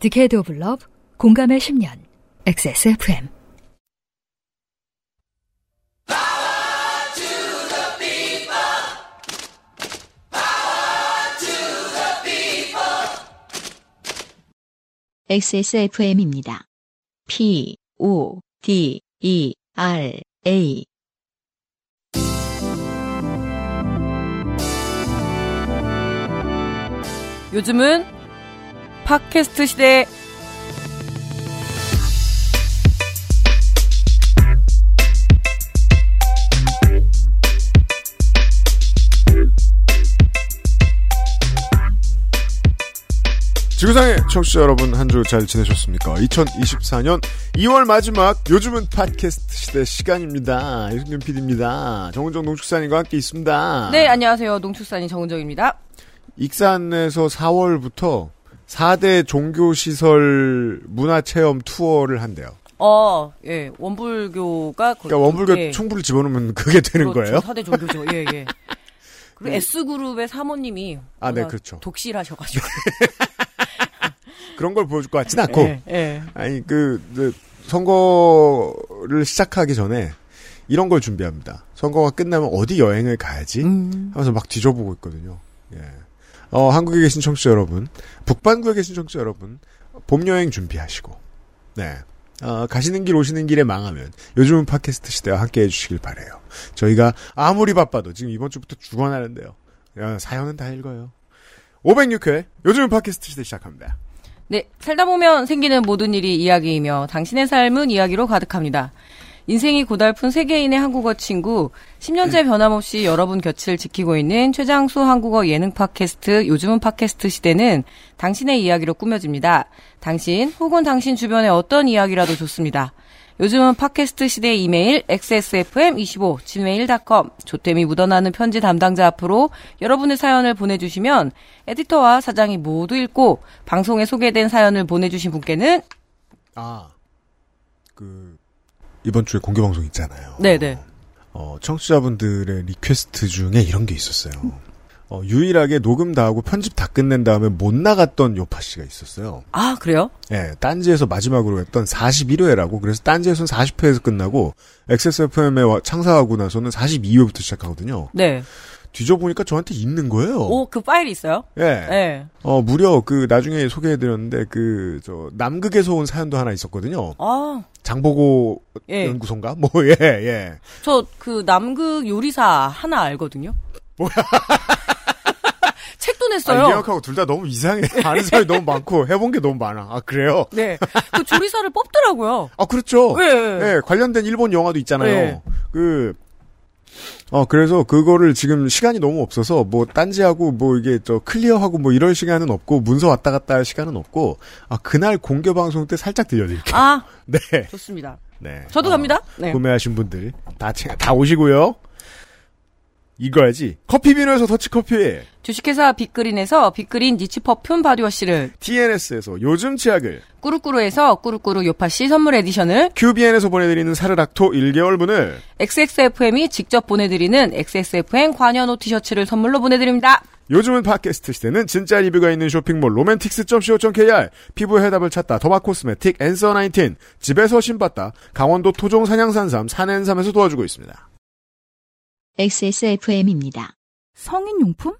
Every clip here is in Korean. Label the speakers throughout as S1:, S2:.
S1: 디케이드 오브 러브 공감의 10년 XSFM
S2: XSFM입니다. P, O, D, E, R, A.
S3: 요즘은 팟캐스트 시대.
S4: 지구상의 청취자 여러분 한 주 잘 지내셨습니까? 2024년 2월 마지막 요즘은 팟캐스트 시대 시간입니다. 유승균 PD입니다. 정은정 농축산인과 함께 있습니다.
S3: 네, 안녕하세요. 농축산인 정은정입니다.
S4: 익산에서 4월부터 4대 종교시설 문화체험 투어를 한대요.
S3: 어, 예, 원불교가 거기
S4: 그러니까 원불교
S3: 예,
S4: 충분을 집어넣으면 그게 되는 거예요? 네.
S3: 사대 종교죠. 예, 예. 그리고 S 그룹의 사모님이
S4: 아, 네,
S3: 워낙
S4: 그렇죠.
S3: 독실하셔가지고.
S4: 그런 걸 보여줄 것 같진 않고.
S3: 예, 예.
S4: 아니 그, 그 선거를 시작하기 전에 이런 걸 준비합니다. 선거가 끝나면 어디 여행을 가야지 하면서 막 뒤져보고 있거든요. 예. 어, 한국에 계신 청취자 여러분, 북반구에 계신 청취자 여러분, 봄 여행 준비하시고, 네. 어, 가시는 길 오시는 길에 망하면 요즘은 팟캐스트 시대와 함께 해주시길 바래요. 저희가 아무리 바빠도 지금 이번 주부터 죽어나는데요. 야, 사연은 다 읽어요. 506회 요즘은 팟캐스트 시대 시작합니다.
S3: 네, 살다 보면 생기는 모든 일이 이야기이며 당신의 삶은 이야기로 가득합니다. 인생이 고달픈 세계인의 한국어 친구, 10년째 변함없이 여러분 곁을 지키고 있는 최장수 한국어 예능 팟캐스트, 요즘은 팟캐스트 시대는 당신의 이야기로 꾸며집니다. 당신 혹은 당신 주변의 어떤 이야기라도 좋습니다. 요즘은 팟캐스트 시대 이메일 xsfm25 gmail.com 조땜이 묻어나는 편지 담당자 앞으로 여러분의 사연을 보내주시면 에디터와 사장이 모두 읽고 방송에 소개된 사연을 보내주신 분께는
S4: 아, 그 이번 주에 공개 방송 있잖아요.
S3: 네네
S4: 어, 청취자분들의 리퀘스트 중에 이런 게 있었어요. 어, 유일하게 녹음 다 하고 편집 다 끝낸 다음에 못 나갔던 요파 씨가 있었어요.
S3: 아 그래요?
S4: 예, 딴지에서 마지막으로 했던 41회라고 그래서 딴지에서는 40회에서 끝나고 XSFM에 창사하고 나서는 42회부터 시작하거든요.
S3: 네.
S4: 뒤져보니까 저한테 있는 거예요.
S3: 오 그 파일이 있어요?
S4: 예.
S3: 네.
S4: 어, 무려 그 나중에 소개해드렸는데 그 저 남극에서 온 사연도 하나 있었거든요.
S3: 아
S4: 장보고
S3: 예.
S4: 연구소인가? 뭐, 예, 예.
S3: 저 그 남극 요리사 하나 알거든요.
S4: 뭐야?
S3: 책도
S4: 아,
S3: 냈어요.
S4: 이해하고 둘 다 너무 이상해. 아는 사람이 너무 많고, 해본 게 너무 많아. 아, 그래요?
S3: 네. 그 조리사를 뽑더라고요.
S4: 아, 그렇죠.
S3: 예, 예.
S4: 예, 관련된 일본 영화도 있잖아요.
S3: 예.
S4: 그, 어, 그래서 그거를 지금 시간이 너무 없어서, 뭐, 딴지하고, 뭐, 이게, 저, 클리어하고, 뭐, 이럴 시간은 없고, 문서 왔다 갔다 할 시간은 없고, 아, 그날 공개 방송 때 살짝 들려드릴게요.
S3: 아
S4: 네.
S3: 좋습니다.
S4: 네.
S3: 저도
S4: 어,
S3: 갑니다. 네.
S4: 구매하신 분들, 다, 체- 다 오시고요. 이거야지. 커피 비누에서 더치커피.
S3: 주식회사 빅그린에서 빅그린 니치 퍼퓸 바디워시를
S4: TNS에서 요즘 치약을
S3: 꾸루꾸루에서 꾸루꾸루 요파씨 선물 에디션을
S4: QBN에서 보내드리는 사르락토 1개월분을
S3: XXFM이 직접 보내드리는 XXFM 관여노 티셔츠를 선물로 보내드립니다.
S4: 요즘은 팟캐스트 시대는 진짜 리뷰가 있는 쇼핑몰 로맨틱스.co.kr 피부의 해답을 찾다 더마코스메틱 앤서19 집에서 신봤다 강원도 토종 산양산삼 산앤삼에서 도와주고 있습니다.
S2: XSFM입니다.
S5: 성인용품?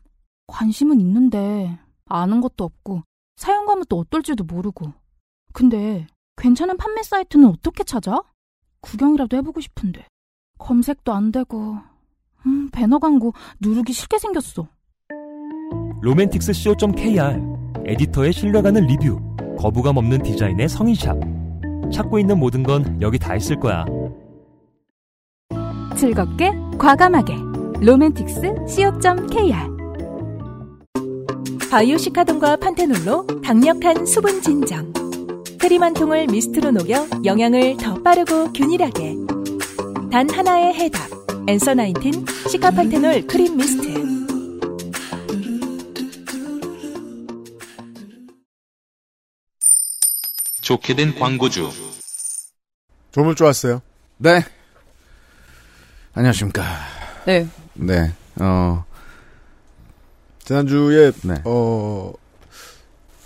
S5: 관심은 있는데 아는 것도 없고 사용감은 또 어떨지도 모르고 근데 괜찮은 판매 사이트는 어떻게 찾아? 구경이라도 해보고 싶은데 검색도 안 되고 음, 배너 광고 누르기 싫게 생겼어
S6: 로맨틱스co.kr 에디터의 신뢰가는 리뷰 거부감 없는 디자인의 성인샵 찾고 있는 모든 건 여기 다 있을 거야
S5: 즐겁게 과감하게 로맨틱스 co.kr
S7: 바이오시카돈과 판테놀로 강력한 수분 진정. 크림 한 통을 미스트로 녹여 영양을 더 빠르고 균일하게. 단 하나의 해답. 엔서 나인틴 시카판테놀 크림 미스트.
S8: 좋게 된 광고주.
S4: 조물 좋았어요.
S9: 네. 안녕하십니까.
S3: 네.
S9: 네. 어,
S4: 지난주에
S9: 네.
S4: 어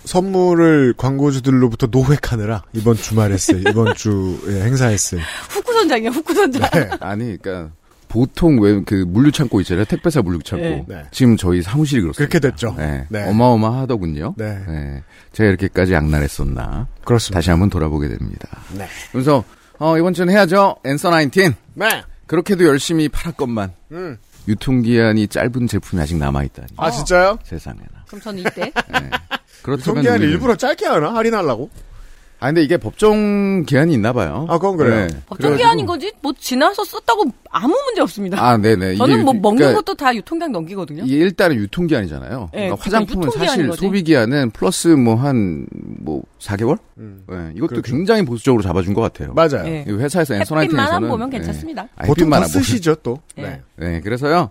S4: 선물을 광고주들로부터 노획하느라 이번 주말에 쓸 이번 주 예, 행사에 쓸
S3: 후쿠선장이야, 후쿠선장.
S4: 네.
S9: 아니, 그러니까 보통 왜 그 물류창고 있잖아요. 택배사 물류창고.
S3: 네.
S4: 네.
S9: 지금 저희 사무실이 그렇습니다.
S4: 그렇게 됐죠.
S9: 네.
S4: 네.
S9: 어마어마하더군요.
S4: 네.
S9: 네. 제가 이렇게까지 악랄했었나.
S4: 그렇습니다.
S9: 다시 한번 돌아보게 됩니다.
S4: 네.
S9: 그래서 어, 이번 주는 해야죠. 앤서 19.
S4: 네.
S9: 그렇게도 열심히 팔았건만
S4: 음.
S9: 유통기한이 짧은 제품이 아직 남아있다니.
S4: 아 진짜요?
S9: 세상에나.
S3: 그럼 저는 이때.
S9: 네. 그렇다면
S4: 유통기한
S9: 우리는-
S4: 일부러 짧게 하나 할인하려고?
S9: 아 근데 이게 법정 기한이 있나 봐요. 네.
S4: 아, 그건 그래요.
S3: 법정기한인 거지? 뭐 지나서 썼다고 아무 문제 없습니다.
S9: 아 네네. 이게
S3: 저는 뭐
S9: 유-
S3: 먹는
S9: 그러니까
S3: 것도 다 유통기한 넘기거든요.
S9: 이게 일단은 유통기한이잖아요.
S3: 네,
S9: 그러니까
S3: 그게
S9: 화장품은
S3: 유통기한인
S9: 사실
S3: 거지.
S9: 소비기한은 플러스 뭐 한 뭐 4개월?
S4: 음.
S9: 네, 이것도
S4: 그렇죠.
S9: 굉장히 보수적으로 잡아준 것 같아요.
S4: 맞아요.
S3: 예.
S9: 이 회사에서
S3: 햇빛만 안
S9: 엔서나이팅에서는 네. 아,
S3: 보면 괜찮습니다.
S4: 보통
S9: 만
S4: 다 쓰시죠 또.
S3: 네.
S4: 네.
S9: 네, 그래서요.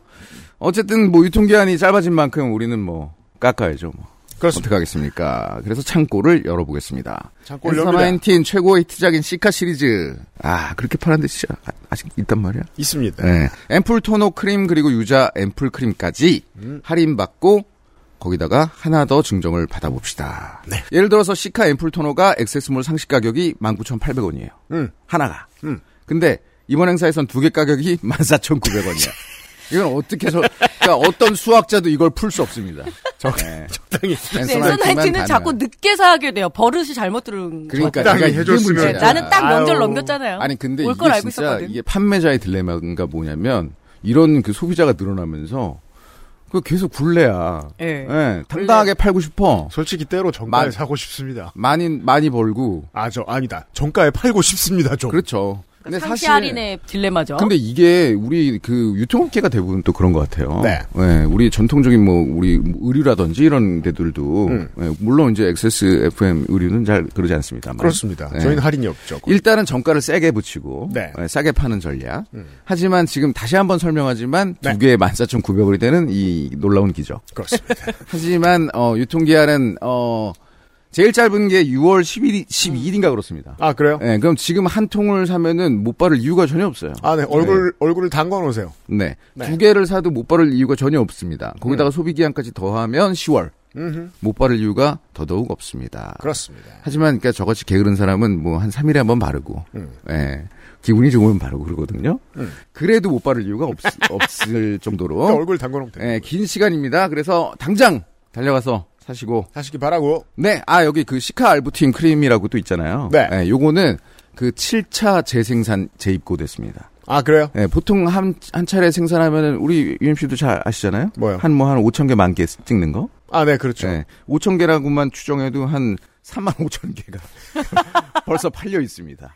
S9: 어쨌든 뭐 유통기한이 짧아진 만큼 우리는 뭐 깎아야죠. 뭐.
S4: 그렇습니다.
S9: 어떡하겠습니까? 그래서 창고를 열어보겠습니다.
S4: 잠깐
S9: 엔서
S4: 렵니다
S9: 19 최고의 히트작인 시카 시리즈. 아, 그렇게 파는데 진짜 아- 아직 있단 말이야?
S4: 있습니다.
S9: 네. 앰플 토너 크림 그리고 유자 앰플 크림까지
S4: 음.
S9: 할인 받고 거기다가 하나 더 증정을 받아봅시다.
S4: 네.
S9: 예를 들어서 시카 앰플 토너가 액세스몰 상식 가격이 19,800원이에요.
S4: 음.
S9: 하나가.
S4: 음.
S9: 근데 이번 행사에선 두 개 가격이 14,900원이야. 이건 어떻게 해서 그러니까 어떤 수학자도 이걸 풀 수 없습니다. 네.
S4: 적당히.
S3: 네,
S9: 앤서 나이팅만
S3: 선나이티는
S9: 가능한.
S3: 자꾸 늦게 사게 돼요. 버릇이 잘못 들은 거.
S9: 그러니까
S4: 적당히
S9: 내가 이게
S4: 해줬으면.
S9: 문제야.
S3: 네, 나는 딱 명절
S4: 아유.
S3: 넘겼잖아요.
S9: 아니 근데
S3: 네. 올
S9: 이게
S3: 걸
S9: 진짜
S3: 알고 있었거든.
S9: 이게 판매자의 딜레마가 뭐냐면 이런 그 소비자가 늘어나면서 그 계속 굴레야.
S3: 예.
S9: 예, 당당하게 팔고 싶어.
S4: 솔직히 때로 정가에
S9: 만-
S4: 사고 싶습니다.
S9: 많이 많이 벌고.
S4: 아 저 아니다. 정가에 팔고 싶습니다 좀.
S9: 그렇죠.
S3: 그러니까 상시 할인의 딜레마죠.
S9: 근데 이게 우리 그 유통업계가 대부분 또 그런 것 같아요.
S4: 네.
S9: 예, 우리 전통적인 뭐 우리 의류라든지 이런 데들도
S4: 음.
S9: 예, 물론 이제 XS FM 의류는 잘 그러지 않습니다만.
S4: 그렇습니다.
S9: 네.
S4: 저희는 할인이 없죠.
S9: 일단은 정가를 세게 붙이고
S4: 네. 음.
S9: 예, 싸게 파는 전략. 하지만 지금 다시 한번 설명하지만
S4: 네.
S9: 두 개에 14,900원이 되는 이 놀라운 기적.
S4: 그렇습니다.
S9: 하지만 어, 유통기한은 어, 제일 짧은 게 6월 11일, 12일인가 그렇습니다.
S4: 아 그래요?
S9: 예, 그럼 지금 한 통을 사면은 못 바를 이유가 전혀 없어요.
S4: 아 네 얼굴 얼굴을 담궈 놓으세요.
S9: 네.
S4: 네.
S9: 두 개를 사도 못 바를 이유가 전혀 없습니다. 거기다가 소비기한까지 더하면 10월.
S4: 음.
S9: 못 바를 이유가 더더욱 없습니다.
S4: 그렇죠. 그렇습니다.
S9: 하지만 그러니까 저같이 게으른 사람은 뭐 한 3일에 한 번 바르고,
S4: 음.
S9: 예. 기분이 좋으면 바르고 그러거든요.
S4: 음.
S9: 그래도 못 바를 이유가 없, 없을
S4: 그러니까
S9: 정도로.
S4: 얼굴 담궈 놓으면 돼요.
S9: 예, 긴 시간입니다. 그래서 당장 달려가서 사시고,
S4: 하시기 바라고.
S9: 네, 아 여기 그 시카 알부틴 크림이라고 또 있잖아요. 예,
S4: 네.
S9: 요거는 그 7차 재생산 재입고됐습니다.
S4: 아 그래요?
S9: 예, 보통 한, 한 차례 생산하면은 우리 UMC도 잘 아시잖아요.
S4: 뭐요?
S9: 한 뭐 한 5천 개 만 개 찍는 거.
S4: 아 네 그렇죠.
S9: 예, 5천 개라고만 추정해도 한 3만 5천 개가 벌써 팔려 있습니다.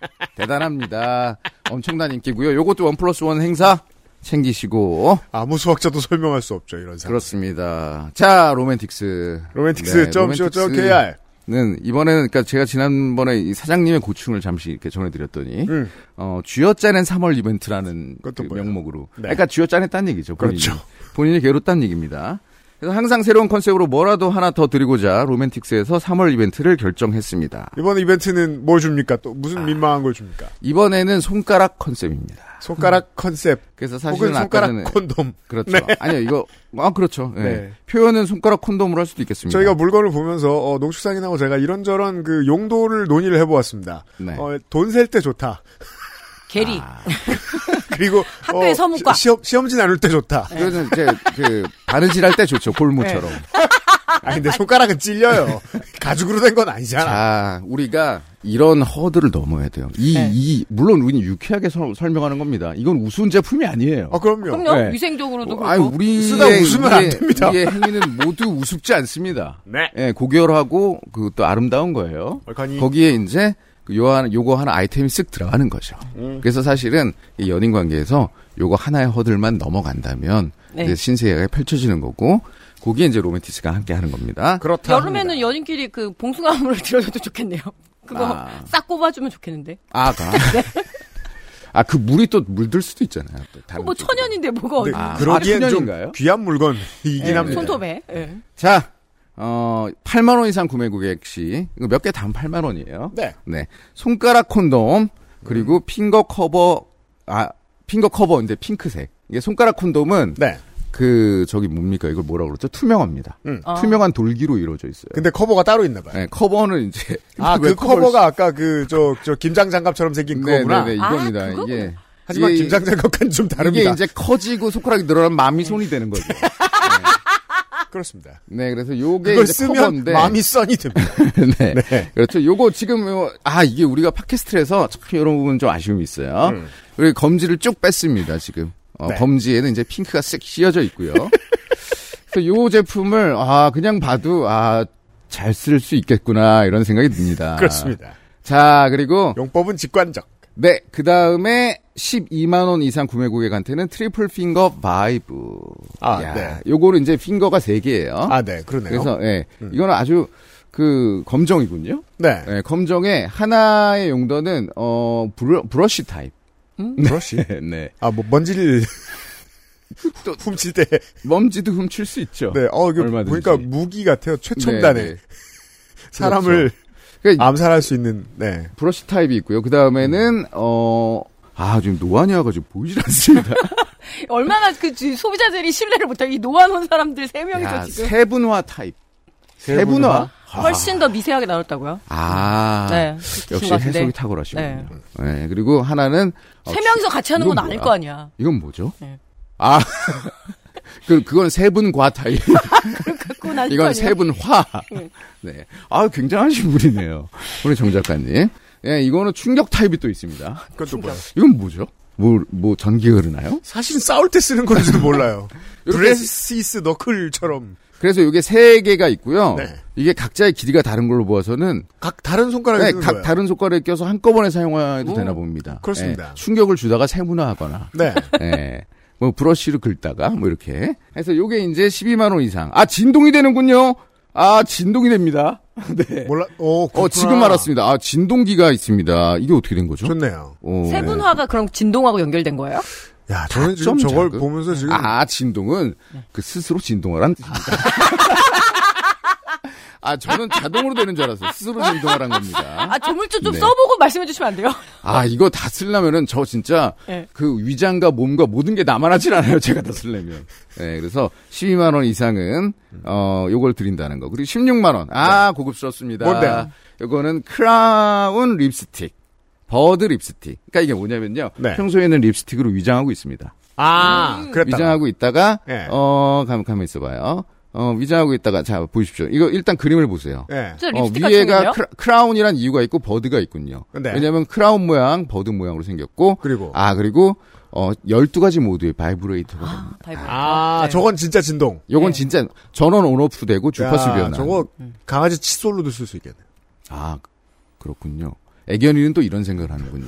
S9: 대단합니다. 엄청난 인기고요. 요것도 원 플러스 원 행사 챙기시고
S4: 아무 수학자도 설명할 수 없죠 이런 사람.
S9: 그렇습니다. 자, 로맨틱스. 네,
S4: 로맨틱스 점
S9: 로맨틱스.
S4: .co.kr
S9: 는 이번에는 그러니까 제가 지난번에 이 사장님의 고충을 잠시 이렇게 전해드렸더니
S4: 음.
S9: 어 쥐어짜낸 3월 이벤트라는
S4: 그것도
S9: 그
S4: 뭐예요?
S9: 명목으로
S4: 네.
S9: 그러니까 쥐어짜냈다는 얘기죠 본인이
S4: 그렇죠.
S9: 본인이 괴롭다는 얘기입니다. 그래서 항상 새로운 컨셉으로 뭐라도 하나 더 드리고자 로맨틱스에서 3월 이벤트를 결정했습니다.
S4: 이번 이벤트는 뭘 줍니까? 또
S9: 아.
S4: 무슨 민망한 걸 줍니까?
S9: 이번에는 손가락 컨셉입니다.
S4: 손가락 컨셉
S9: 그래서
S4: 혹은
S9: 음. 사실은 아까
S4: 손가락
S9: 전에
S4: 콘돔.
S9: 그렇죠.
S4: 네.
S9: 아니요 이거 아 그렇죠. 예.
S4: 네.
S9: 표현은 손가락 콘돔으로 할 수도 있겠습니다.
S4: 저희가 뭐- 물건을 보면서 어, 농축산인하고 제가 이런저런 그 용도를 논의를 해보았습니다. 어,
S9: 네.
S4: 돈 셀 때 좋다.
S3: 게리.
S9: 아,
S4: 그리고
S3: 학교의
S4: 어,
S3: 서문과.
S4: 시, 험 시험지 나눌 때 좋다.
S9: 그거는 이제 그 바느질 할 때 좋죠 골무처럼.
S4: 아니 근데 손가락은 찔려요. 가죽으로 된 건 아니잖아.
S9: 자, 우리가 이런 허들을 넘어야 돼요. 이,
S3: 네.
S9: 이, 물론 우리는 유쾌하게 설- 설명하는 겁니다. 이건 우스운 제품이 아니에요.
S4: 아 그럼요.
S3: 그럼요.
S9: 네.
S3: 위생적으로도 그렇죠.
S9: 아니,
S3: 그렇고.
S9: 우리의,
S4: 쓰다 웃으면 안 됩니다.
S9: 우리의 행위는 모두 우습지 않습니다.
S4: 네.
S9: 예, 고결하고, 그, 또 아름다운 거예요.
S4: 얼간이
S9: 거기에 이제, 그 요, 하나- 요거 하나 아이템이 쓱 들어가는 거죠.
S4: 음.
S9: 그래서 사실은, 이 연인 관계에서 요거 하나의 허들만 넘어간다면,
S3: 네.
S9: 이제 신세계가 펼쳐지는 거고, 거기에 이제 로맨티스가 함께 하는 겁니다.
S4: 그렇다.
S3: 여름에는 연인끼리 그 봉숭아물을 들여줘도 좋겠네요. 그거
S9: 아.
S3: 싹 꼽아주면 좋겠는데.
S9: 아가. 아, 그 물이 또 물들 수도 있잖아요. 또 다른
S3: 뭐
S9: 쪽으로.
S3: 천연인데 뭐가 어디.
S4: 합니다.
S9: 아,
S4: 그러기엔
S9: 아,
S4: 좀
S9: 천연인가요?
S4: 귀한 물건이긴
S9: 네,
S4: 합니다.
S3: 손톱에. 예.
S9: 자, 어, 8만원 이상 구매 고객 시, 이거 몇개 다음 8만원이에요.
S4: 네.
S9: 네. 손가락 콘돔,
S4: 음.
S9: 그리고 핑거 커버, 아, 핑거 커버인데 핑크색. 이게 손가락 콘돔은
S4: 네.
S9: 그 저기 뭡니까 이걸 뭐라 그러죠? 투명합니다.
S4: 음.
S3: 어.
S9: 투명한 돌기로 이루어져 있어요.
S4: 근데 커버가 따로 있나 봐요.
S9: 네, 커버는 이제
S4: 아,
S9: 왜
S4: 그 커버가 아까 그, 저, 저, 김장 장갑처럼 생긴 그거구나.
S9: 네네네
S3: 아,
S9: 이겁니다.
S3: 그거구나.
S9: 이게
S4: 하지만
S9: 이게-
S4: 김장 장갑과는 좀
S9: 이게
S4: 다릅니다.
S9: 예, 이제 커지고 손가락이 늘어나면 마음이 손이 되는 거죠.
S4: 그렇습니다.
S9: 네, 그래서 요게
S4: 그걸
S9: 이제
S4: 쓰면
S9: 커버인데.
S4: 마음이 써니 됩니다.
S9: 네.
S4: 네.
S9: 그렇죠. 요거 지금 요- 아 이게 우리가 팟캐스트를 해서 참 이런 부분 좀 아쉬움이 있어요. 우리 검지를 쭉 뺐습니다 지금. 어,
S4: 음. 네.
S9: 검지에는 이제 핑크가 쓱 씌어져 있고요. 그래서 요 제품을 아 그냥 봐도 아 잘 쓸 수 있겠구나 이런 생각이 듭니다.
S4: 그렇습니다.
S9: 자 그리고
S4: 용법은 직관적.
S9: 네 그 다음에 12만 원 이상 구매 고객한테는 트리플 핑거 바이브.
S4: 아, 네.
S9: 요거는 이제 핑거가 세 개예요.
S4: 아, 네, 그러네요.
S9: 어? 그래서 예, 이거는 아주 그 검정이군요.
S4: 네.
S9: 네, 검정의 하나의 용도는 어 브러, 브러쉬 타입.
S4: 브러쉬.
S9: 네.
S4: 아, 뭐, 먼지를
S9: 또-
S4: 훔칠 때.
S9: 먼지도 훔칠 수 있죠.
S4: 네, 어, 이게
S9: 얼마든지.
S4: 보니까 무기 같아요. 최첨단에.
S9: 네, 네.
S4: 사람을
S9: 그러니까
S4: 암살할 수 있는, 네.
S9: 브러쉬 타입이 있고요. 그 다음에는 어. 아, 지금 노안이 와가지고 보이질 않습니다.
S3: 얼마나 그 지- 소비자들이 신뢰를 못하고 이 노안 온 사람들 세 명이서
S9: 야,
S3: 그러니까 지금
S9: 세분화 타입. 세분화?
S3: 훨씬 더 미세하게 나눴다고요?
S9: 아,
S3: 네.
S9: 역시
S3: 그런 것 같은데.
S9: 해석이 탁월하시군요. 네. 그리고 하나는 어,
S3: 세 명이서 같이 하는 건
S9: 이건
S3: 아닐
S9: 뭐야?
S3: 거 아니야.
S9: 이건 뭐죠?
S3: 네.
S9: 아, 그, 그건 세분과 타입.
S3: 그건 아닐 거
S9: 이건
S3: 아니야.
S9: 세분화. 네. 아, 굉장하신 분이네요. 우리 정 작가님. 예, 이거는 충격 타입이 또 있습니다.
S4: 그건 또 뭐야.
S9: 이건 뭐죠? 뭐, 뭐, 전기 흐르나요?
S4: 사실 싸울 때 쓰는 건지도 몰라요.
S9: 이렇게-
S4: 브레시스 너클처럼.
S9: 그래서 이게 세 개가 있고요.
S4: 네.
S9: 이게 각자의 길이가 다른 걸로 보아서는
S4: 각 다른 손가락에
S9: 네,
S4: 쓰는
S9: 각
S4: 거예요.
S9: 다른 손가락에 껴서 한꺼번에 사용해도 되나 봅니다.
S4: 그렇습니다.
S9: 예, 충격을 주다가 세분화하거나,
S4: 네.
S9: 예, 뭐 브러쉬로 긁다가 뭐 이렇게 해서 요게 이제 12만 원 이상. 아 진동이 되는군요. 아 진동이 됩니다. 네.
S4: 몰라. 오,
S9: 어
S4: 그렇구나.
S9: 지금 알았습니다. 아 진동기가 있습니다. 이게 어떻게 된 거죠?
S4: 좋네요.
S9: 어,
S3: 세분화가 그럼 진동하고 연결된 거예요?
S4: 야, 저는 지금
S9: 좀
S4: 저걸
S9: 작은?
S4: 보면서 지금
S9: 아 진동은 그 스스로 진동하란 뜻입니다. 아 저는 자동으로 되는 줄 알았어요. 스스로 진동하란 겁니다.
S3: 아, 조물주 좀
S9: 네.
S3: 써보고 말씀해 주시면 안 돼요?
S9: 아 이거 다 쓰려면은 저 진짜
S4: 예.
S3: 네.
S9: 그 위장과 몸과 모든 게 남아나질 않아요. 제가 다 쓰려면. 네, 그래서 12만 원 이상은 어 요걸 드린다는 거. 그리고 16만 원. 아 고급스럽습니다.
S4: 네. 뭔데요?
S9: 요거는 크라운 립스틱. 버드 립스틱. 그러니까 이게 뭐냐면요.
S4: 네.
S9: 평소에는 립스틱으로 위장하고 있습니다.
S4: 아,
S9: 음.
S4: 그랬다.
S9: 위장하고 있다가
S4: 예.
S9: 어 가만 가만 있어봐요. 어 위장하고 있다가 자 보십시오. 이거 일단 그림을 보세요.
S4: 예.
S3: 진짜
S9: 어,
S3: 립스틱 같은
S9: 위에가
S3: 건데요?
S9: 크라, 크라운이란 이유가 있고 버드가 있군요.
S4: 네.
S9: 왜냐하면 크라운 모양, 버드 모양으로 생겼고
S4: 그리고
S9: 아 그리고 어 12가지 모드의 바이브레이터가 됩니다.
S3: 바이브.
S4: 아,
S3: 네.
S4: 저건 진짜 진동.
S9: 요건
S3: 예.
S9: 진짜 전원 온오프 되고 주파수
S4: 야,
S9: 변화.
S4: 저거 강아지 칫솔로도 쓸 수 있겠네.
S9: 아 그- 그렇군요. 애견이는 또 이런 생각을 하는군요.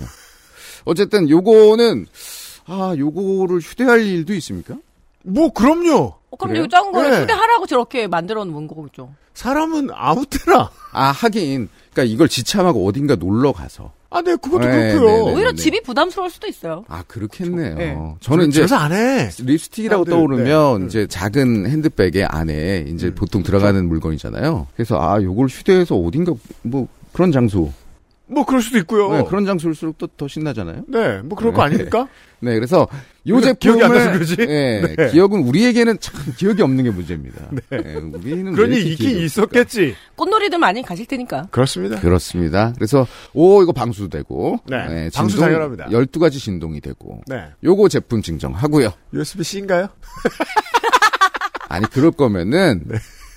S9: 어쨌든 요거는 아 요거를 휴대할 일도 있습니까?
S4: 뭐 그럼요.
S3: 어, 그럼
S9: 그래요?
S3: 이 작은 거를
S4: 네.
S3: 휴대하라고 저렇게 만들어 놓은 거겠죠.
S4: 사람은 아무 때나.
S9: 아 하긴 그러니까 이걸 지참하고 어딘가 놀러 가서
S4: 아, 네, 그것도
S9: 네,
S4: 그렇고요.
S9: 네, 네, 네.
S3: 오히려 집이 부담스러울 수도 있어요.
S9: 아 그렇겠네요.
S4: 예.
S3: 네.
S9: 저는 이제
S4: 그래서 안 해.
S9: 립스틱이라고
S4: 사람들,
S9: 떠오르면
S4: 네. 음.
S9: 이제 작은 핸드백의 안에 이제 보통 들어가는 물건이잖아요. 그래서 아 요걸 휴대해서 어딘가 뭐 그런 장소,
S4: 뭐 그럴 수도 있고요.
S9: 네, 그런 장소일수록 또 더 신나잖아요.
S4: 네, 뭐 그럴 거 아닙니까?
S9: 네, 그래서 요
S4: 우리가
S9: 제품을
S4: 기억이 안 나서 그러지?
S9: 네,
S4: 네.
S9: 기억은 우리에게는 참 기억이 없는 게 문제입니다. 네. 우리는
S4: 그런 일이
S9: 왜 이렇게
S4: 있긴
S9: 기억이
S4: 있었겠지.
S3: 꽃놀이들 많이 가실 테니까.
S4: 그렇습니다.
S9: 그렇습니다. 그래서 오 이거 방수되고
S4: 네, 방수 당연합니다.
S9: 12가지 진동이 되고
S4: 네.
S9: 요거 제품 증정하고요.
S4: 그- USB-C인가요?
S9: 아니 그럴 거면은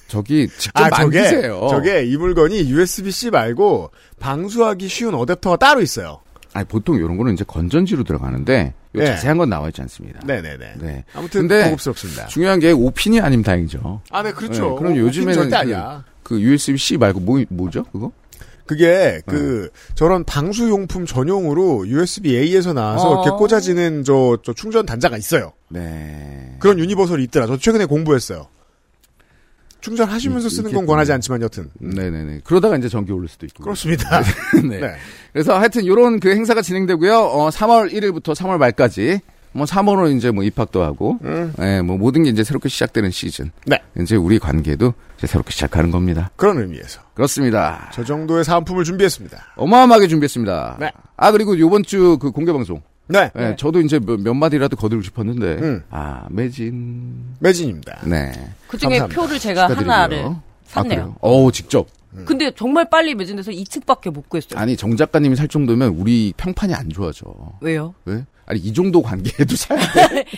S9: 저기 직접
S4: 네. 아, 저게,
S9: 만드세요.
S4: 저게 이 물건이 USB-C 말고 방수하기 쉬운 어댑터가 따로 있어요.
S9: 아니 보통 이런 거는 이제 건전지로 들어가는데 요
S4: 네.
S9: 자세한 건 나와 있지 않습니다.
S4: 네네네.
S9: 네.
S4: 아무튼
S9: 근데
S4: 고급스럽습니다.
S9: 중요한 게 오핀이 아니면 다행이죠.
S4: 아, 네, 그렇죠.
S9: 네, 그럼
S4: 오핀
S9: 요즘에는
S4: 절대
S9: 그-
S4: 아니야.
S9: 그 USB-C 말고 뭐 뭐죠? 그거? 네.
S4: 그게 그 저런 방수용품 전용으로 USB-A에서 나와서
S3: 어.
S4: 이렇게 꽂아지는 저, 저 충전 단자가 있어요.
S9: 네.
S4: 그런 유니버설이 있더라. 저 최근에 공부했어요. 충전하시면서
S9: 이-
S4: 쓰는
S9: 이게
S4: 건 권하지
S9: 그-
S4: 않지만 여튼
S9: 네네네. 그러다가 이제 전기 오를 수도 있고.
S4: 그렇습니다.
S9: 네.
S4: 네.
S9: 그래서 하여튼 요런 그 행사가 진행되고요. 어, 3월 1일부터 3월 말까지 뭐 3월은 이제 뭐 입학도 하고, 예, 뭐 모든 게 이제 새롭게 시작되는 시즌.
S4: 음. 네.
S9: 이제 우리 관계도 이제 새롭게 시작하는 겁니다.
S4: 그런 의미에서
S9: 그렇습니다.
S4: 저 정도의 사은품을 준비했습니다.
S9: 어마어마하게 준비했습니다.
S4: 네.
S9: 아 그리고 요번 주 그 공개 방송
S4: 네.
S9: 예, 저도 이제 몇, 몇 마디라도 거들고 싶었는데
S4: 음.
S9: 아 매진
S4: 매진입니다.
S9: 네
S3: 그 중에
S4: 감사합니다.
S3: 표를 제가
S9: 축하드리고요.
S3: 하나를
S9: 아
S3: 샀네요.
S9: 그래요? 어 직접
S3: 근데 정말 빨리 매진돼서 2층밖에 못 구했어요.
S9: 아니 정 작가님이 살 정도면 우리 평판이 안 좋아져
S3: 왜요?
S9: 왜? 아니 이 정도 관계에도 살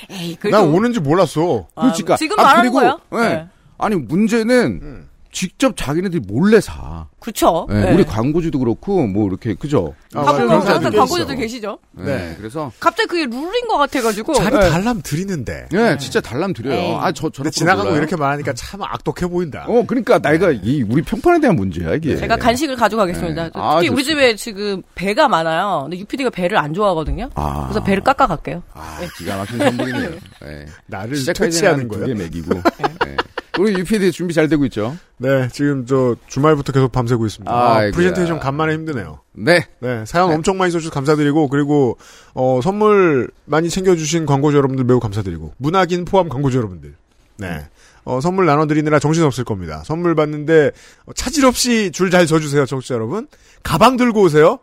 S3: 에이,
S4: 난
S3: 그래도
S4: 오는지 몰랐어.
S3: 아,
S9: 그러니까
S3: 지금
S9: 아,
S3: 말하는
S9: 그리고,
S3: 거야?
S9: 예.
S3: 네.
S9: 아니 문제는
S4: 음.
S9: 직접 자기네들이 몰래 사.
S3: 그렇죠.
S9: 예, 우리 광고주도 그렇고 뭐 이렇게 그죠?
S4: 아,
S3: 가끔
S4: 맞아요.
S3: 항상
S4: 그런 사람들이
S3: 광고주들
S4: 있어.
S3: 계시죠.
S9: 예,
S4: 네.
S9: 그래서
S3: 갑자기 그게 룰인 것 같아가지고 네.
S4: 자리 달람 드리는데.
S9: 예, 진짜 달람 드려요. 아, 저 저런
S4: 네. 근데 지나가고 이렇게 말하니까 참 악독해 보인다.
S9: 어, 그러니까 내가 이 우리 평판에 대한 문제야, 이게.
S3: 제가 간식을 가져가겠습니다.
S9: 네.
S3: 특히
S9: 아,
S3: 우리
S9: 좋습니다.
S3: 집에 지금 배가 많아요. 근데 유피디가 배를 안 좋아하거든요.
S9: 아.
S3: 그래서 배를 깎아 갈게요.
S9: 아, 기가 막힌 선물이네요. 예.
S4: 나를
S9: 시작하기 전에
S4: 퇴치하는
S9: 한두
S4: 거야.
S9: 개 먹이고. 예. 우리 UPD 준비 잘 되고 있죠?
S4: 네, 지금 저 주말부터 계속 밤새고 있습니다. 아,
S9: 아이고야.
S4: 프레젠테이션 간만에 힘드네요.
S9: 네.
S4: 네, 사연
S9: 네.
S4: 엄청 많이 써주셔서 감사드리고, 그리고, 어, 선물 많이 챙겨주신 광고주 여러분들 매우 감사드리고, 문학인 포함 광고주 여러분들. 네. 어, 선물 나눠드리느라 정신없을 겁니다. 선물 받는데, 어, 차질 없이 줄 잘 서주세요, 정취자 여러분. 가방 들고 오세요.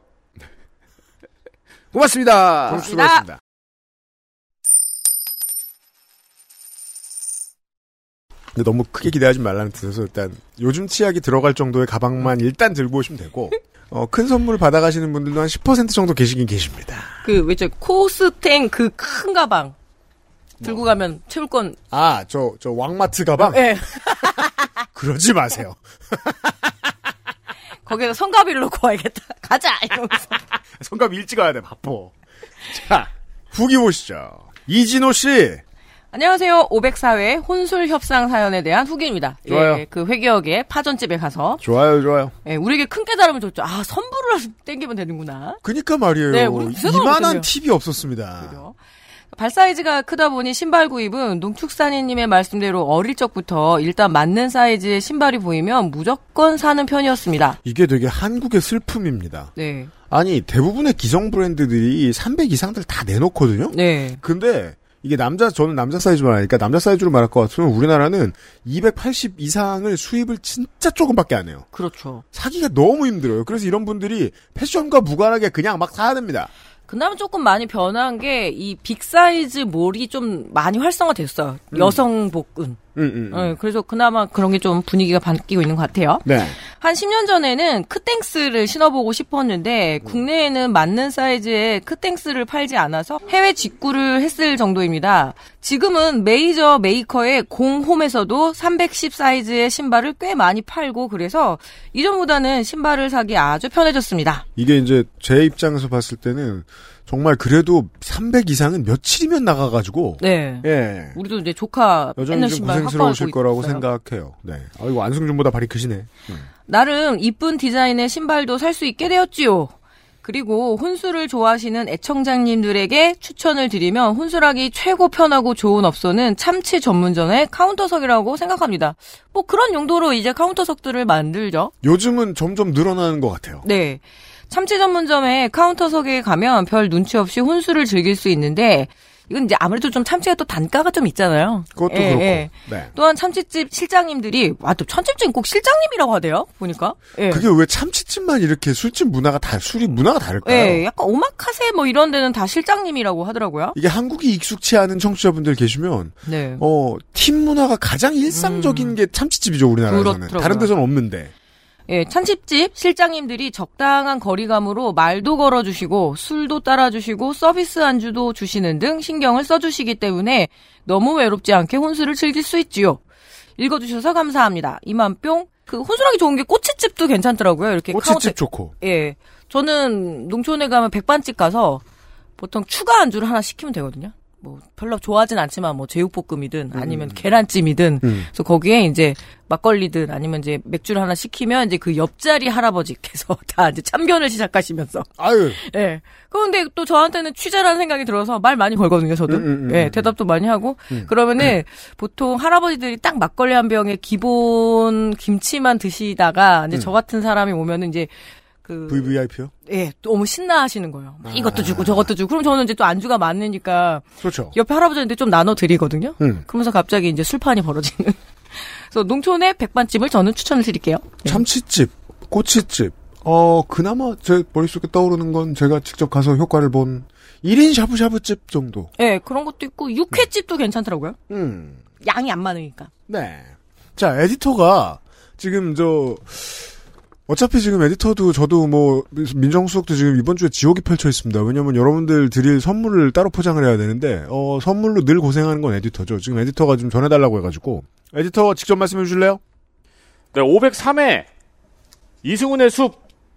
S9: 고맙습니다.
S4: 정치 수고하셨습니다. 근데 너무 크게 기대하지 말라는 뜻에서 일단 요즘 치약이 들어갈 정도의 가방만 일단 들고 오시면 되고 어, 큰 선물 받아가시는 분들도 한 10% 정도 계시긴 계십니다.
S3: 그 왜 저 코스탱 그 큰 가방 들고 가면 채울 건
S4: 아, 저, 저 왕마트 가방?
S3: 예.
S4: 그러지 마세요.
S3: 거기에서 성가비를 놓고 와야겠다. 가자 이러면서
S4: 성감 일찍 와야 돼, 바빠. 자, 후기 보시죠. 이진호 씨.
S3: 안녕하세요. 504회 혼술 협상 사연에 대한 후기입니다.
S4: 좋아요.
S3: 예, 그 회계역의 파전집에 가서
S4: 좋아요, 좋아요.
S3: 예, 우리에게 큰 깨달음을 줬죠. 아 선불을 땡기면 되는구나.
S4: 그니까 말이에요.
S3: 네, 우리 무슨
S4: 이만한
S3: 상관없거든요.
S4: 팁이 없었습니다.
S3: 그죠? 발 사이즈가 크다 보니 신발 구입은 농축사님의 말씀대로 어릴 적부터 일단 맞는 사이즈의 신발이 보이면 무조건 사는 편이었습니다.
S4: 이게 되게 한국의 슬픔입니다.
S3: 네.
S4: 아니, 대부분의 기성 브랜드들이 300 이상들 다 내놓거든요?
S3: 네.
S4: 근데 이게 남자, 저는 남자 사이즈만 하니까 남자 사이즈로 말할 것 같으면 우리나라는 280 이상을 수입을 진짜 조금밖에 안 해요.
S3: 그렇죠.
S4: 사기가 너무 힘들어요. 그래서 이런 분들이 패션과 무관하게 그냥 막 사야 됩니다.
S3: 그나마 조금 많이 변한 게 이 빅사이즈 몰이 좀 많이 활성화됐어요. 여성복은.
S4: 음, 음, 음.
S3: 네, 그래서 그나마 그런 게 좀 분위기가 바뀌고 있는 것 같아요.
S4: 네.
S3: 한 10년 전에는 크땡스를 신어보고
S4: 음.
S3: 싶었는데 국내에는 맞는 사이즈의 크땡스를 팔지 않아서 해외 직구를 했을 정도입니다. 지금은 메이저 메이커의 공홈에서도 310 사이즈의 신발을 꽤 많이 팔고 그래서 이전보다는 신발을 사기 아주 편해졌습니다.
S4: 이게 이제 제 입장에서 봤을 때는 정말 그래도 300 이상은 며칠이면 나가가지고
S3: 네.
S4: 예
S3: 우리도 이제 조카
S4: 여전히
S3: 뺏는
S4: 좀
S3: 신발
S4: 고생스러우실
S3: 확보하고
S4: 거라고
S3: 있어요.
S4: 생각해요. 네. 아이고 안승준보다 발이 크시네.
S3: 나름 이쁜 디자인의 신발도 살 수 있게 되었지요. 그리고 혼술을 좋아하시는 애청자님들에게 추천을 드리면 혼술하기 최고 편하고 좋은 업소는 참치 전문점의 카운터석이라고 생각합니다. 뭐 그런 용도로 이제 카운터석들을 만들죠.
S4: 요즘은 점점 늘어나는 것 같아요.
S3: 네. 참치 전문점에 카운터석에 가면 별 눈치 없이 혼술을 즐길 수 있는데 이건 이제 아무래도 좀 참치가 또 단가가 좀 있잖아요.
S4: 그것도
S3: 예,
S4: 그렇고.
S3: 예.
S4: 네.
S3: 또한 참치집 실장님들이 아 또 참치집 꼭 실장님이라고 하대요. 보니까. 예.
S4: 그게 왜 참치집만 이렇게 술집 문화가 다 술이 문화가 다를까요?
S3: 예, 약간 오마카세 뭐 이런 데는 다 실장님이라고 하더라고요.
S4: 이게 한국이 익숙치 않은 청취자분들 계시면
S3: 네.
S4: 어, 팀 문화가 가장 일상적인 게 참치집이죠, 우리나라에서는.
S3: 음. 그렇더라고요.
S4: 다른 데서는 없는데.
S3: 예, 찬집집 실장님들이 적당한 거리감으로 말도 걸어주시고 술도 따라주시고 서비스 안주도 주시는 등 신경을 써주시기 때문에 너무 외롭지 않게 혼술을 즐길 수 있지요. 읽어주셔서 감사합니다. 이만뿅. 그 혼술하기 좋은 게 꼬치집도 괜찮더라고요. 이렇게
S4: 꼬치집
S3: 카운터.
S4: 좋고.
S3: 예, 저는 농촌에 가면 백반집 가서 보통 추가 안주를 하나 시키면 되거든요. 뭐 별로 좋아하진 않지만 뭐 제육볶음이든 아니면 계란찜이든
S4: 음.
S3: 그래서 거기에 이제 막걸리든 아니면 이제 맥주를 하나 시키면 이제 그 옆자리 할아버지께서 다 이제 참견을 시작하시면서
S4: 아유,
S3: 예 그런데 또 저한테는 취재라는 생각이 들어서 말 많이 걸거든요 저도
S4: 음, 음, 음,
S3: 예
S4: 음.
S3: 대답도 많이 하고 그러면은 보통 할아버지들이 딱 막걸리 한 병에 기본 김치만 드시다가
S4: 음.
S3: 이제 저 같은 사람이 오면은 이제 그
S4: VVIP요?
S3: 예, 너무 신나하시는 거예요.
S4: 아.
S3: 막 이것도 주고 저것도 주고. 그럼 저는 이제 또 안주가 많으니까
S4: 그렇죠.
S3: 옆에 할아버지한테 좀 나눠 드리거든요.
S4: 음.
S3: 그러면서 갑자기 이제 술판이 벌어지는. 그래서 농촌의 백반집을 저는 추천을 드릴게요. 네.
S4: 참치집, 꼬치집, 어, 그나마 제 머릿속에 떠오르는 건 제가 직접 가서 효과를 본 1인 샤브샤브집 정도.
S3: 예, 그런 것도 있고 육회집도
S4: 네.
S3: 괜찮더라고요.
S4: 음.
S3: 양이 안 많으니까.
S4: 네. 자, 에디터가 지금 저 어차피 지금 에디터도 저도 뭐 민정수석도 지금 이번 주에 지옥이 펼쳐 있습니다. 왜냐면 여러분들 드릴 선물을 따로 포장을 해야 되는데 어 선물로 늘 고생하는 건 에디터죠. 지금 에디터가 좀 전해 달라고 해 가지고 에디터 직접 말씀해 주실래요?
S10: 네, 503회 이승훈의 숲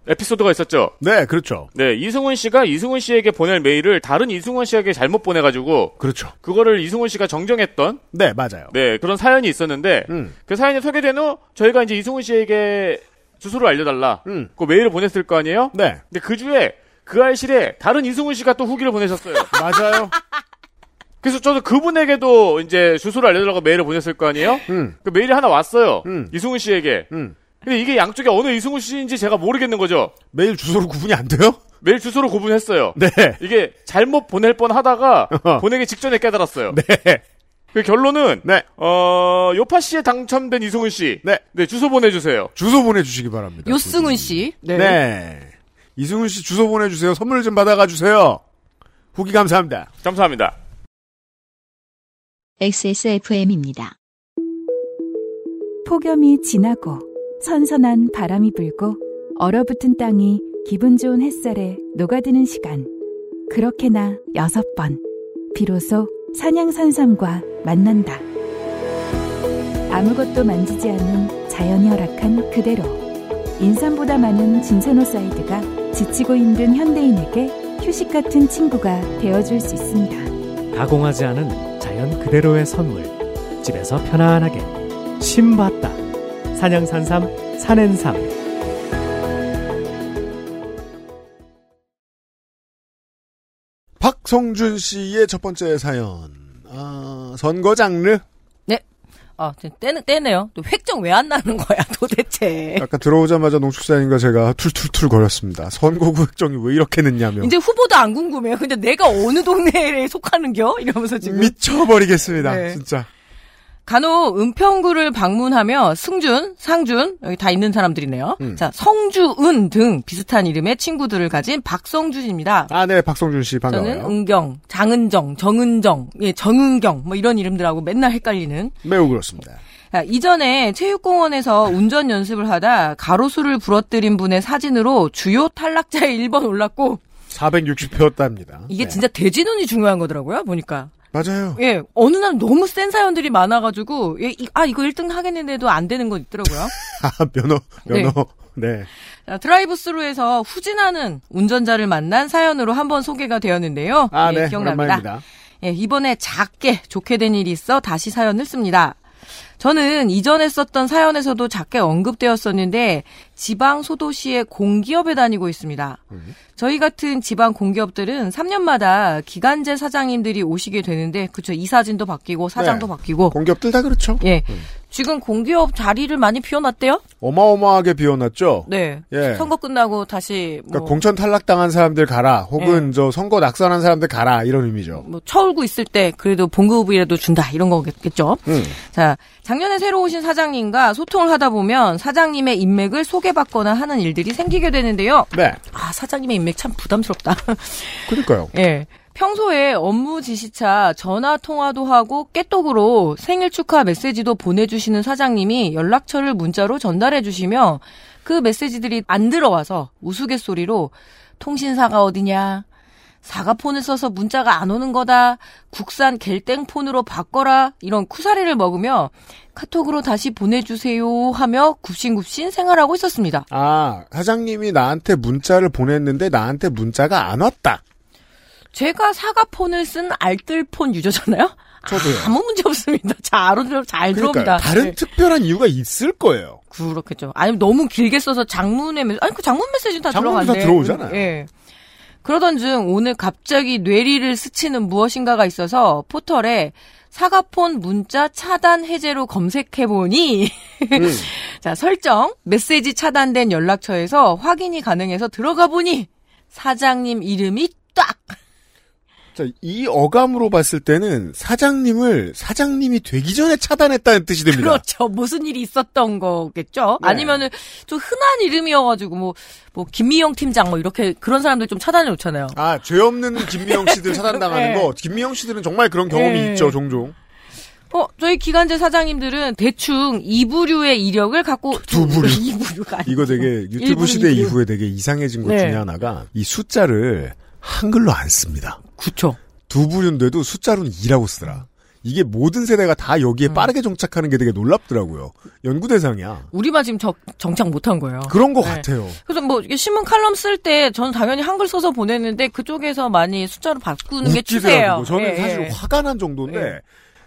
S10: 에피소드가 있었죠.
S4: 네, 그렇죠.
S10: 네, 이승훈 씨가 이승훈 씨에게 보낼 메일을 다른 이승훈 씨에게 잘못 보내가지고
S4: 그렇죠.
S10: 그거를 이승훈 씨가 정정했던
S4: 네, 맞아요.
S10: 네 그런 사연이 있었는데
S4: 음.
S10: 그 사연이 소개된 후 저희가 이제 이승훈 씨에게 주소를 알려달라
S4: 음.
S10: 그 메일을 보냈을 거 아니에요?
S4: 네.
S10: 근데 그 주에 그 알실에 다른 이승훈 씨가 또 후기를 보내셨어요.
S4: 맞아요.
S10: 그래서 저도 그분에게도 이제 주소를 알려달라고 메일을 보냈을 거 아니에요?
S4: 음.
S10: 그 메일이 하나 왔어요.
S4: 음.
S10: 이승훈 씨에게.
S4: 음.
S10: 근데 이게 양쪽에 어느 이승훈 씨인지 제가 모르겠는 거죠.
S4: 메일 주소로 구분이 안 돼요?
S10: 메일 주소로 구분했어요.
S4: 네.
S10: 이게 잘못 보낼 뻔 하다가
S4: 어허.
S10: 보내기 직전에 깨달았어요.
S4: 네.
S10: 그 결론은
S4: 네.
S10: 어 요파 씨에 당첨된 이승훈 씨.
S4: 네.
S10: 주소 보내주세요.
S4: 주소 보내 주시기 바랍니다.
S3: 요승훈 씨.
S4: 네. 이승훈 씨 주소 보내 주세요. 선물 좀 받아가 주세요. 후기 감사합니다.
S10: 감사합니다.
S2: XSFM입니다.
S7: 폭염이 지나고 선선한 바람이 불고 얼어붙은 땅이 기분 좋은 햇살에 녹아드는 시간. 그렇게나 여섯 번. 비로소 산양산삼과 만난다. 아무것도 만지지 않은 자연이 허락한 그대로 인삼보다 많은 진세노사이드가 지치고 힘든 현대인에게 휴식 같은 친구가 되어줄 수 있습니다.
S11: 가공하지 않은 자연 그대로의 선물 집에서 편안하게 심봤다 산양산삼 산엔삼
S4: 박성준 씨의 첫 번째 사연. 아, 선거 장르.
S3: 아, 떼는 떼네요. 또 획정 왜 안 나는 거야 도대체.
S4: 아까 들어오자마자 농축사님과 제가 툴툴툴 거렸습니다. 선거구 획정이 왜 이렇게 늦냐며.
S3: 이제 후보도 안 궁금해요. 근데 내가 어느 동네에 속하는겨? 이러면서 지금.
S4: 미쳐버리겠습니다.
S3: 네.
S4: 진짜.
S3: 간혹 은평구를 방문하며 승준, 상준 여기 다 있는 사람들이네요.
S4: 음.
S3: 자 성주은 등 비슷한 이름의 친구들을 가진 박성준입니다.
S4: 아, 네, 박성준 씨 반가워요.
S3: 저는 음. 은경, 장은정, 정은정, 예, 정은경 뭐 이런 이름들하고 맨날 헷갈리는
S4: 매우 그렇습니다.
S3: 아, 이전에 체육공원에서 운전 연습을 하다 가로수를 부러뜨린 분의 사진으로 주요 탈락자에 1번 올랐고
S4: 460표였답니다. 네.
S3: 이게 진짜 대진운이 중요한 거더라고요 보니까
S4: 맞아요.
S3: 예, 어느 날 너무 센 사연들이 많아가지고, 예, 이- 아, 이거 1등 하겠는데도 안 되는 거 있더라고요.
S4: 아, 면허, 면허. 네.
S3: 자, 드라이브 스루에서 후진하는 운전자를 만난 사연으로 한번 소개가 되었는데요.
S4: 아,
S3: 예,
S4: 네.
S3: 기억납니다.
S4: 오랜만입니다.
S3: 예, 이번에 작게 좋게 된 일이 있어 다시 사연을 씁니다. 저는 이전에 썼던 사연에서도 작게 언급되었었는데 지방 소도시의 공기업에 다니고 있습니다.
S4: 음.
S3: 저희 같은 지방 공기업들은 3년마다 기간제 사장님들이 오시게 되는데 그쵸 이사진도 바뀌고 사장도
S4: 네.
S3: 바뀌고
S4: 공기업들 다 그렇죠.
S3: 예. 지금 공기업 자리를 많이 비워놨대요?
S4: 어마어마하게 비워놨죠.
S3: 네.
S4: 예.
S3: 선거 끝나고 다시 뭐, 예.
S4: 그러니까 공천 탈락당한 사람들 가라, 혹은 저 선거 낙선한 사람들 가라 이런 의미죠.
S3: 뭐 처울고 있을 때 그래도 봉급이라도 준다 이런 거겠죠.
S4: 음.
S3: 자, 작년에 새로 오신 사장님과 소통을 하다 보면 사장님의 인맥을 소개받거나 하는 일들이 생기게 되는데요.
S4: 네,
S3: 아, 사장님의 인맥 참 부담스럽다.
S4: 그러니까요.
S3: 예. 평소에 업무 지시차 전화 통화도 하고 깨톡으로 생일 축하 메시지도 보내주시는 사장님이 연락처를 문자로 전달해 주시며 그 메시지들이 안 들어와서 우스갯소리로 통신사가 어디냐 사과폰을 써서 문자가 안 오는 거다 국산 gel땡폰으로 바꿔라 이런 쿠사리를 먹으며 카톡으로 다시 보내주세요 하며 굽신굽신 생활하고 있었습니다.
S4: 아, 사장님이 나한테 문자를 보냈는데 나한테 문자가 안 왔다.
S3: 제가 사과폰을 쓴 알뜰폰 유저잖아요.
S4: 저도요.
S3: 아무 문제 없습니다. 잘, 들어, 잘
S4: 그러니까
S3: 들어옵니다.
S4: 다른
S3: 네,
S4: 특별한 이유가 있을 거예요.
S3: 그렇겠죠. 아니면 너무 길게 써서 장문의 메시 아니 그 장문 메시지는 다
S4: 장문은 다
S3: 들어간대.
S4: 들어오잖아요.
S3: 예. 그러던 중 오늘 갑자기 뇌리를 스치는 무엇인가가 있어서 포털에 사과폰 문자 차단 해제로 검색해 보니
S4: 음.
S3: 자 설정 메시지 차단된 연락처에서 확인이 가능해서 들어가 보니 사장님 이름이 딱
S4: 자, 이 어감으로 봤을 때는 사장님을 사장님이 되기 전에 차단했다는 뜻이 됩니다.
S3: 그렇죠. 무슨 일이 있었던 거겠죠?
S4: 네.
S3: 아니면은 좀 흔한 이름이어가지고 뭐, 뭐, 김미영 팀장 뭐 이렇게 그런 사람들 좀 차단해 놓잖아요.
S4: 아, 죄 없는 김미영 씨들 차단당하는
S3: 네.
S4: 거. 김미영 씨들은 정말 그런 경험이
S3: 네.
S4: 있죠, 종종.
S3: 어, 저희 기간제 사장님들은 대충 이부류의 이력을 갖고. 두
S4: 부류.
S3: 이부류가 아니
S4: 이거 되게 유튜브
S3: 일부는
S4: 시대
S3: 이부류.
S4: 이후에 되게 이상해진 것
S3: 네.
S4: 중에 하나가 이 숫자를 한글로 안 씁니다.
S3: 그쵸.
S4: 두 부류인데도 숫자로는 2라고 쓰더라. 이게 모든 세대가 다 여기에
S3: 음.
S4: 빠르게 정착하는 게 되게 놀랍더라고요. 연구 대상이야.
S3: 우리만 지금 적- 정착 못한 거예요.
S4: 그런 것
S3: 네.
S4: 같아요.
S3: 그래서 뭐 이게 신문 칼럼 쓸 때 저는 당연히 한글 써서 보냈는데 그쪽에서 음, 많이 숫자로 바꾸는 게 추세예요.
S4: 웃기더라고요. 저는
S3: 예,
S4: 사실
S3: 예.
S4: 화가 난 정도인데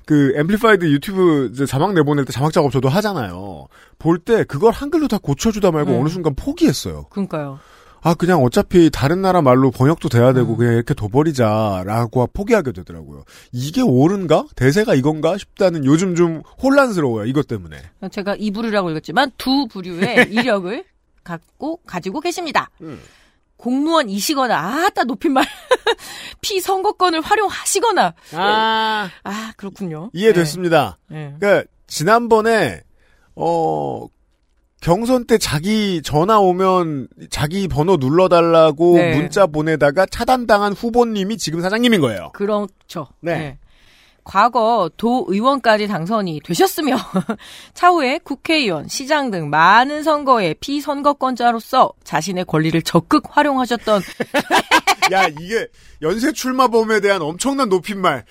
S4: 그 앰플리파이드 유튜브 이제 자막 내보낼 때 자막 작업 저도 하잖아요. 볼 때 그걸 한글로 다 고쳐주다 말고
S3: 음.
S4: 어느 순간 포기했어요.
S3: 그러니까요.
S4: 아 그냥 어차피 다른 나라 말로 번역도 돼야 되고
S3: 음.
S4: 그냥 이렇게 둬버리자라고 포기하게 되더라고요. 이게 옳은가? 대세가 이건가 싶다는 요즘 좀 혼란스러워요. 이것 때문에.
S3: 제가 이부류라고 읽었지만 두 부류의 이력을 갖고 가지고 계십니다.
S4: 음.
S3: 공무원이시거나 아따 높임말 피선거권을 활용하시거나
S4: 아,
S3: 그렇군요. 네,
S4: 이해됐습니다. 그러니까 지난번에 어 경선 때 자기 전화 오면 자기 번호 눌러달라고
S3: 네.
S4: 문자 보내다가 차단당한 후보님이 지금 사장님인 거예요.
S3: 그렇죠.
S4: 네.
S3: 예. 과거 도 의원까지 당선이 되셨으며 차후에 국회의원, 시장 등 많은 선거에 피선거권자로서 자신의 권리를 적극 활용하셨던
S4: 야 이게 연쇄 출마범에 대한 엄청난 높임말.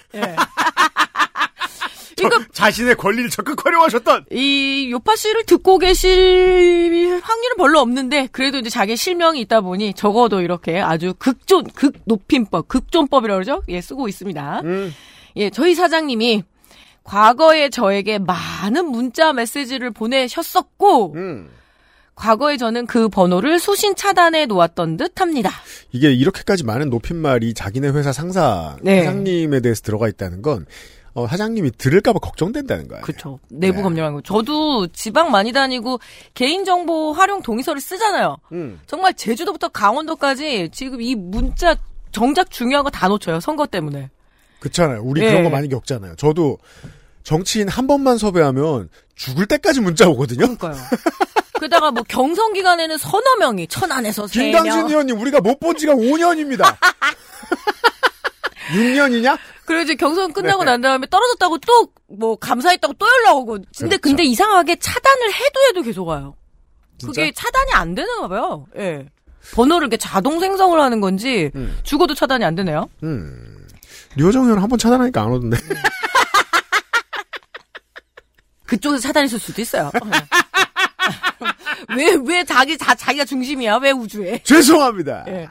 S4: 저- 자신의 권리를 적극 활용하셨던
S3: 이 요파 씨를 듣고 계실 확률은 별로 없는데 그래도 이제 자기 실명이 있다 보니 적어도 이렇게 아주 극존 극높임법 극존법이라고 그러죠? 예 쓰고 있습니다. 예 저희 사장님이 과거에 저에게 많은 문자 메시지를 보내셨었고 과거에 저는 그 번호를 수신 차단해 놓았던 듯합니다.
S4: 이게 이렇게까지 많은 높임말이 자기네 회사 상사
S3: 네.
S4: 사장님에 대해서 들어가 있다는 건 어, 사장님이 들을까봐 걱정된다는 거예요.
S3: 그렇죠.
S4: 네.
S3: 내부 검열한 거. 저도 지방 많이 다니고 개인정보 활용 동의서를 쓰잖아요.
S4: 음.
S3: 정말 제주도부터 강원도까지 지금 이 문자 정작 중요한 거 다 놓쳐요. 선거 때문에.
S4: 그렇잖아요. 우리
S3: 예.
S4: 그런 거 많이 겪잖아요. 저도 정치인 한 번만 섭외하면 죽을 때까지 문자 오거든요.
S3: 게다가 뭐 경선 기간에는 서너 명이 천안에서 세 명.
S4: 김강진 의원님 우리가 못 본 지가 5년입니다. 6년이냐?
S3: 그리고 이제 경선 끝나고
S4: 네.
S3: 난 다음에 떨어졌다고 또 뭐 감사했다고 또 연락 오고. 근데
S4: 그렇죠.
S3: 근데 이상하게 차단을 해도 해도 계속 와요. 그게
S4: 진짜?
S3: 차단이 안 되나 봐요. 예. 번호를 이렇게 자동 생성을 하는 건지 죽어도 차단이 안 되네요.
S4: 음. 류호정 의원 한 번 차단하니까 안 오던데.
S3: 네. 그쪽에서 차단했을 수도 있어요. 네. 왜, 왜 자기, 자, 자기가 중심이야? 왜 우주에?
S4: 죄송합니다.
S3: 예.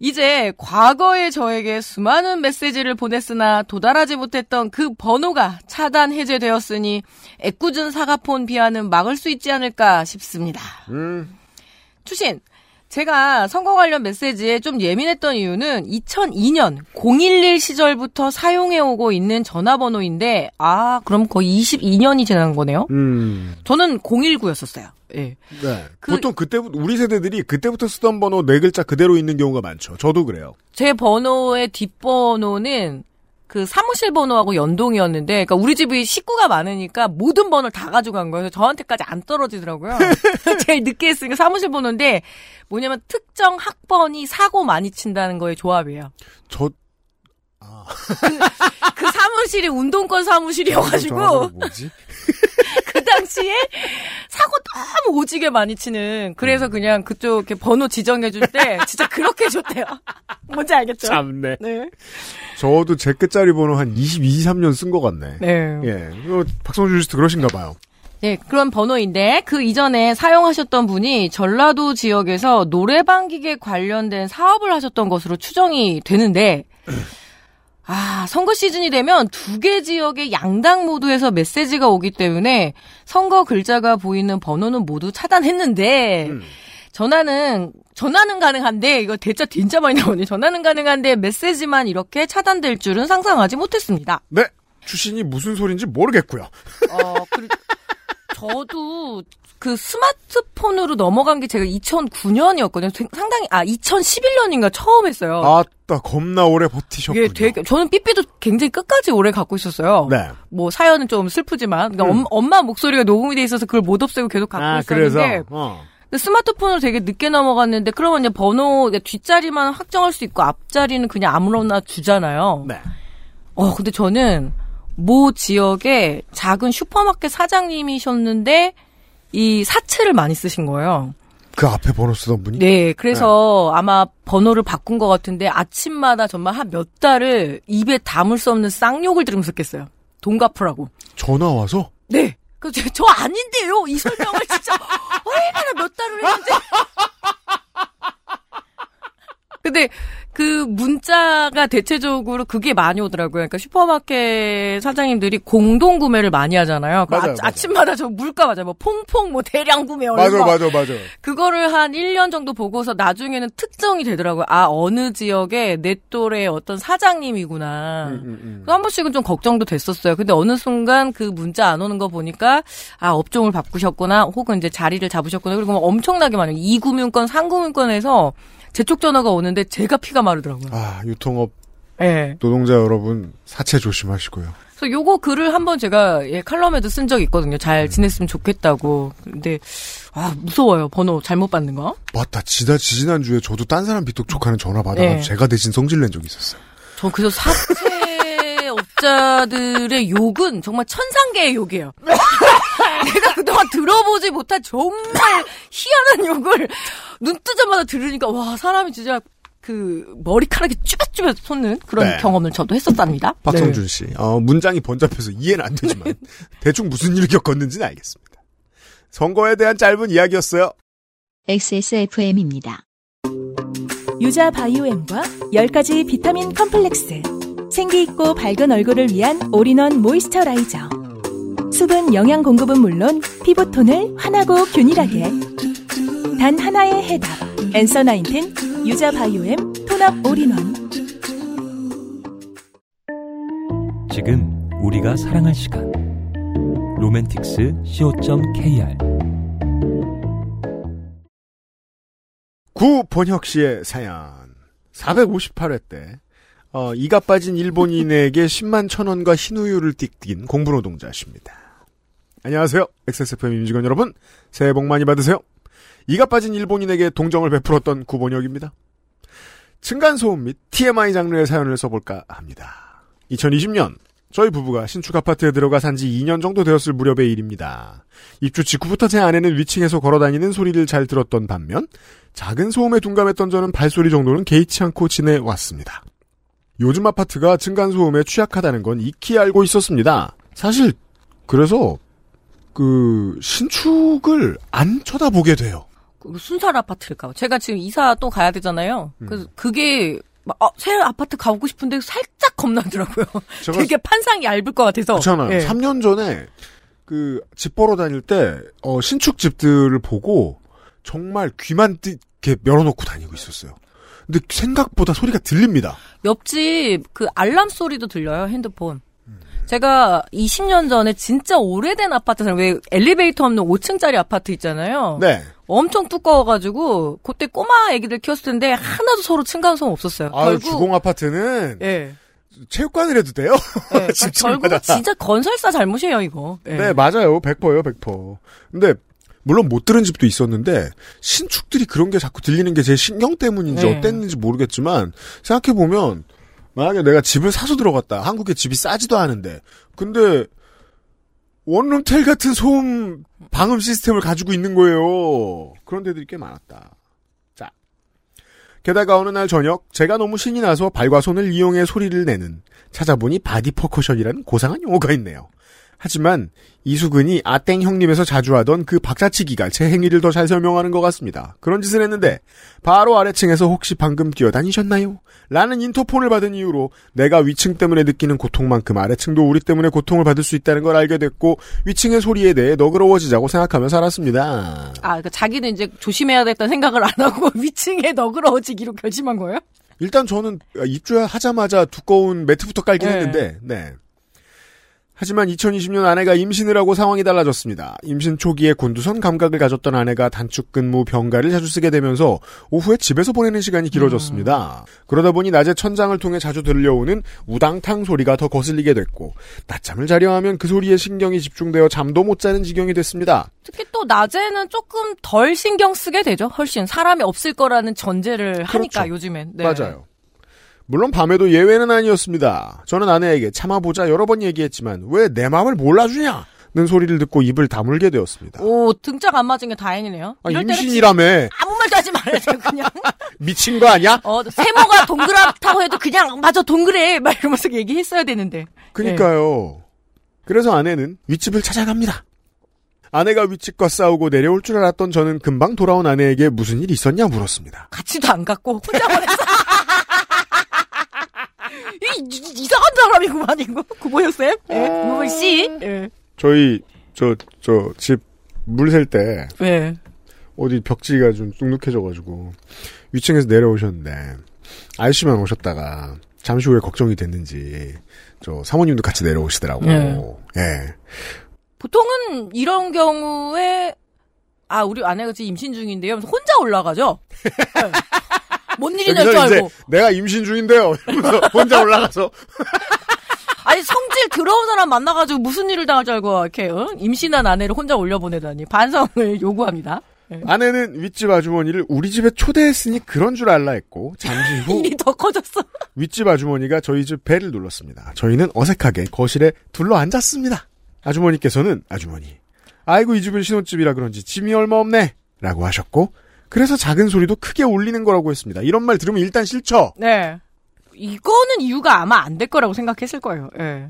S3: 이제 과거의 저에게 수많은 메시지를 보냈으나 도달하지 못했던 그 번호가 차단 해제되었으니 애꿎은 사과폰 비하는 막을 수 있지 않을까 싶습니다.
S4: 음.
S3: 추신, 제가 선거 관련 메시지에 좀 예민했던 이유는 2002년 011 시절부터 사용해오고 있는 전화번호인데, 아, 그럼 거의 22년이 지난 거네요?
S4: 음.
S3: 저는 019였었어요. 예.
S4: 네. 보통 그때부터 우리 세대들이 그때부터 쓰던 번호 네 글자 그대로 있는 경우가 많죠. 저도 그래요.
S3: 제 번호의 뒷번호는 그 사무실 번호하고 연동이었는데, 그러니까 우리 집이 식구가 많으니까 모든 번호를 다 가져간 거예요. 그래서 저한테까지 안 떨어지더라고요. 제일 늦게 했으니까 사무실 번호인데, 뭐냐면 특정 학번이 사고 많이 친다는 거의 조합이에요.
S4: 저
S3: 그 사무실이 운동권 사무실이어가지고,
S4: 전화번호 뭐지?
S3: 그 당시에 사고 너무 오지게 많이 치는,
S4: 음.
S3: 그래서 그냥 그쪽 이렇게 번호 지정해줄 때, 진짜 그렇게 줬대요. 뭔지 알겠죠?
S4: 참네.
S3: 네.
S4: 저도 제 끝자리 번호 한 22, 23년 쓴 것 같네.
S3: 네.
S4: 예. 이거 박성준 씨도 그러신가 봐요.
S3: 네, 그런 번호인데 그 이전에 사용하셨던 분이 전라도 지역에서 노래방 기계 관련된 사업을 하셨던 것으로 추정이 되는데 아, 선거 시즌이 되면 두 개 지역의 양당 모두에서 메시지가 오기 때문에 선거 글자가 보이는 번호는 모두 차단했는데 전화는 전화는 가능한데 이거 대자 진짜 많이 나오네. 전화는 가능한데 메시지만 이렇게 차단될 줄은 상상하지 못했습니다.
S4: 네. 출신이 무슨 소린지 모르겠고요.
S3: 어, 그리고 저도 그 스마트폰으로 넘어간 게 제가 2009년이었거든요. 상당히 아 2011년인가 처음 했어요.
S4: 아따 겁나 오래 버티셨군요.
S3: 이게 되게 저는 삐삐도 굉장히 끝까지 오래 갖고 있었어요.
S4: 네. 음.
S3: 뭐 사연은 좀 슬프지만 그러니까 엄- 엄마 목소리가 녹음이 돼 있어서 그걸 못 없애고 계속 갖고
S4: 아 그래서
S3: 있었는데
S4: 어.
S3: 근데 스마트폰으로 되게 늦게 넘어갔는데 그러면 이제 번호 그러니까 뒷자리만 확정할 수 있고 앞자리는 그냥 아무나 주잖아요.
S4: 네.
S3: 어 근데 저는 모 지역에 작은 슈퍼마켓 사장님이셨는데 이 사채를 많이 쓰신 거예요.
S4: 그 앞에 번호 쓰던 분이
S3: 네, 그래서 아마 번호를 바꾼 것 같은데 아침마다 정말 한 몇 달을 입에 담을 수 없는 쌍욕을 들으면서 깼어요. 돈 갚으라고.
S4: 전화 와서
S3: 네. 그, 저, 저 아닌데요. 이 설명을 진짜 얼마나 몇 달을 했는데. 근데 그 문자가 대체적으로 그게 많이 오더라고요. 그러니까 슈퍼마켓 사장님들이 공동 구매를 많이 하잖아요. 그
S4: 맞아요,
S3: 아,
S4: 맞아요.
S3: 침마다저 물가 맞아요. 뭐 퐁퐁 뭐 대량 구매 얼마.
S4: 맞아 맞아 맞아.
S3: 그거를 한 1년 정도 보고서 나중에는 특정이 되더라고요. 아, 어느 지역에 내 또래 어떤 사장님이구나. 그한 번씩은 좀 걱정도 됐었어요. 근데 어느 순간 그 문자 안 오는 거 보니까 아, 업종을 바꾸셨구나. 혹은 이제 자리를 잡으셨구나. 그리고 막 엄청나게 많아요. 2금융권, 3금융권에서 제 쪽 전화가 오는데 제가 피가 마르더라고요.
S4: 아 유통업
S3: 예.
S4: 노동자 여러분 사채 조심하시고요.
S3: 그래서 요거 글을 한번 제가 예, 칼럼에도 쓴 적이 있거든요. 잘 지냈으면 좋겠다고. 근데 아, 무서워요. 번호 잘못 받는 거.
S4: 맞다 지다 지지난 주에 저도 딴 사람 비톡촉하는 전화 받아서
S3: 네.
S4: 제가 대신 성질 낸 적이 있었어요.
S3: 저 그래서 사채 업자들의 욕은 정말 천상계의 욕이에요. 내가 그동안 들어보지 못한 정말 희한한 욕을 눈 뜨자마자 들으니까 와 사람이 진짜 그 머리카락이 쭈뼛쭈뼛 솟는 그런
S4: 네.
S3: 경험을 저도 했었답니다.
S4: 박성준 씨, 어, 문장이 번잡해서 이해는 안 되지만 대충 무슨 일을 겪었는지는 알겠습니다. 선거에 대한 짧은 이야기였어요.
S2: XSFM입니다.
S7: 유자 바이오엠과 10가지 비타민 컴플렉스 생기있고 밝은 얼굴을 위한 올인원 모이스처라이저 수분 영양 공급은 물론 피부톤을 환하고 균일하게 단 하나의 해답 엔서 나인틴 유자 바이오엠 톤업 올인원
S6: 지금 우리가 사랑할 시간 로맨틱스 co.kr
S4: 구본혁 씨의 사연 458회 때 어, 이가 빠진 일본인에게 10만 천 원과 흰우유를 띠낀 공부노동자십니다. 안녕하세요. XSFM 임직원 여러분 새해 복 많이 받으세요. 이가 빠진 일본인에게 동정을 베풀었던 구본혁입니다. 층간소음 및 TMI 장르의 사연을 써볼까 합니다. 2020년 저희 부부가 신축 아파트에 들어가 산지 2년 정도 되었을 무렵의 일입니다. 입주 직후부터 제 아내는 위층에서 걸어다니는 소리를 잘 들었던 반면 작은 소음에 둔감했던 저는 발소리 정도는 개의치 않고 지내왔습니다. 요즘 아파트가 층간소음에 취약하다는 건 익히 알고 있었습니다. 사실 그래서 그 신축을 안 쳐다보게 돼요.
S3: 그 순살 아파트일까? 제가 지금 이사 또 가야 되잖아요.
S4: 음.
S3: 그래서 그게 막, 어, 새 아파트 가보고 싶은데 살짝 겁나더라고요.
S4: 제가-
S3: 되게 판상이 얇을 것 같아서.
S4: 그렇잖아요.
S3: 예.
S4: 3년 전에 그 집 보러 다닐 때 어, 신축 집들을 보고 정말 귀만 띠- 이렇게 열어놓고 다니고 있었어요. 근데 생각보다 소리가 들립니다.
S3: 옆집 그 알람 소리도 들려요 핸드폰. 제가 20년 전에 진짜 오래된 아파트는 왜 엘리베이터 없는 5층짜리 아파트 있잖아요.
S4: 네.
S3: 엄청 두꺼워가지고 그때 꼬마 애기들 키웠을 텐데 하나도 서로 층간소음 없었어요.
S4: 아유, 주공 아파트는
S3: 예.
S4: 체육관을 해도 돼요. 집집마다.
S3: 결국 진짜 건설사 잘못이에요 이거. 예.
S4: 네, 맞아요. 100%예요, 100%. 근데 물론 못 들은 집도 있었는데 신축들이 그런 게 자꾸 들리는 게 제 신경 때문인지
S12: 네.
S4: 어땠는지 모르겠지만 생각해 보면 만약에 내가 집을 사서 들어갔다. 한국에 집이 싸지도 않은데. 근데 원룸텔 같은 소음 방음 시스템을 가지고 있는 거예요. 그런 데들이 꽤 많았다. 자. 게다가 어느 날 저녁 제가 너무 신이 나서 발과 손을 이용해 소리를 내는 찾아보니 바디 퍼커션이라는 고상한 용어가 있네요. 하지만 이수근이 아땡 형님에서 자주 하던 그 박사치기가 제 행위를 더 잘 설명하는 것 같습니다. 그런 짓을 했는데 바로 아래층에서 혹시 방금 뛰어다니셨나요? 라는 인터폰을 받은 이후로 내가 위층 때문에 느끼는 고통만큼 아래층도 우리 때문에 고통을 받을 수 있다는 걸 알게 됐고 위층의 소리에 대해 너그러워지자고 생각하며 살았습니다.
S3: 아, 그러니까 자기는 이제 조심해야겠다는 생각을 안 하고 위층에 너그러워지기로 결심한 거예요?
S4: 일단 저는 입주하자마자 두꺼운 매트부터 깔긴
S3: 네.
S4: 했는데, 네. 하지만 2020년 아내가 임신을 하고 상황이 달라졌습니다. 임신 초기에 곤두선 감각을 가졌던 아내가 단축 근무 병가를 자주 쓰게 되면서 오후에 집에서 보내는 시간이 길어졌습니다. 그러다 보니 낮에 천장을 통해 자주 들려오는 우당탕 소리가 더 거슬리게 됐고 낮잠을 자려 하면 그 소리에 신경이 집중되어 잠도 못 자는 지경이 됐습니다.
S3: 특히 또 낮에는 조금 덜 신경 쓰게 되죠. 훨씬 사람이 없을 거라는 전제를 하니까 요즘엔. 네.
S4: 그렇죠. 맞아요. 물론 밤에도 예외는 아니었습니다. 저는 아내에게 참아보자 여러 번 얘기했지만 왜 내 마음을 몰라주냐? 는 소리를 듣고 입을 다물게 되었습니다.
S3: 오 등짝 안 맞은 게 다행이네요.
S4: 아,
S3: 이럴 때는
S4: 임신이라며
S3: 진- 아무 말도 하지 말아야 돼요. 그냥
S4: 미친 거 아니야?
S3: 어, 세모가 동그랗다고 해도 그냥 맞아 동그래 막 이러면서 얘기했어야 되는데.
S4: 그니까요. 그래서 아내는 윗집을 찾아갑니다. 아내가 윗집과 싸우고 내려올 줄 알았던 저는 금방 돌아온 아내에게 무슨 일이 있었냐 물었습니다.
S3: 같이도 안 갔고 혼자 보냈어. 이, 이- 이상한 사람이구만 이거 구보여 쌤, 예,
S4: 어.
S3: 구보여 씨. 예.
S4: 저희 저 저 집 물 셀 때
S3: 예.
S4: 어디 벽지가 좀 눅눅해져가지고 위층에서 내려오셨는데 아저씨만 오셨다가 잠시 후에 걱정이 됐는지 저 사모님도 같이 내려오시더라고.
S3: 네.
S4: 예.
S3: 보통은 이런 경우에 아 우리 아내가 지금 임신 중인데요. 하면서 혼자 올라가죠. 예. 뭔 일이 날 줄
S4: 여기서 이제
S3: 알고.
S4: 내가 임신 중인데요. 이러면서 혼자 올라가서
S3: 아니 성질 더러운 사람 만나가지고 무슨 일을 당할 줄 알고 이렇게 어? 임신한 아내를 혼자 올려보내다니 반성을 요구합니다. 예.
S4: 아내는 윗집 아주머니를 우리 집에 초대했으니 그런 줄 알라 했고 잠시 후
S3: 일이 더 커졌어.
S4: 윗집 아주머니가 저희 집 벨을 눌렀습니다. 저희는 어색하게 거실에 둘러 앉았습니다. 아주머니께서는 아주머니 아이고 이 집은 신혼집이라 그런지 짐이 얼마 없네 라고 하셨고 그래서 작은 소리도 크게 울리는 거라고 했습니다. 이런 말 들으면 일단 싫죠.
S3: 네. 이거는 이유가 아마 안 될 거라고 생각했을 거예요. 예.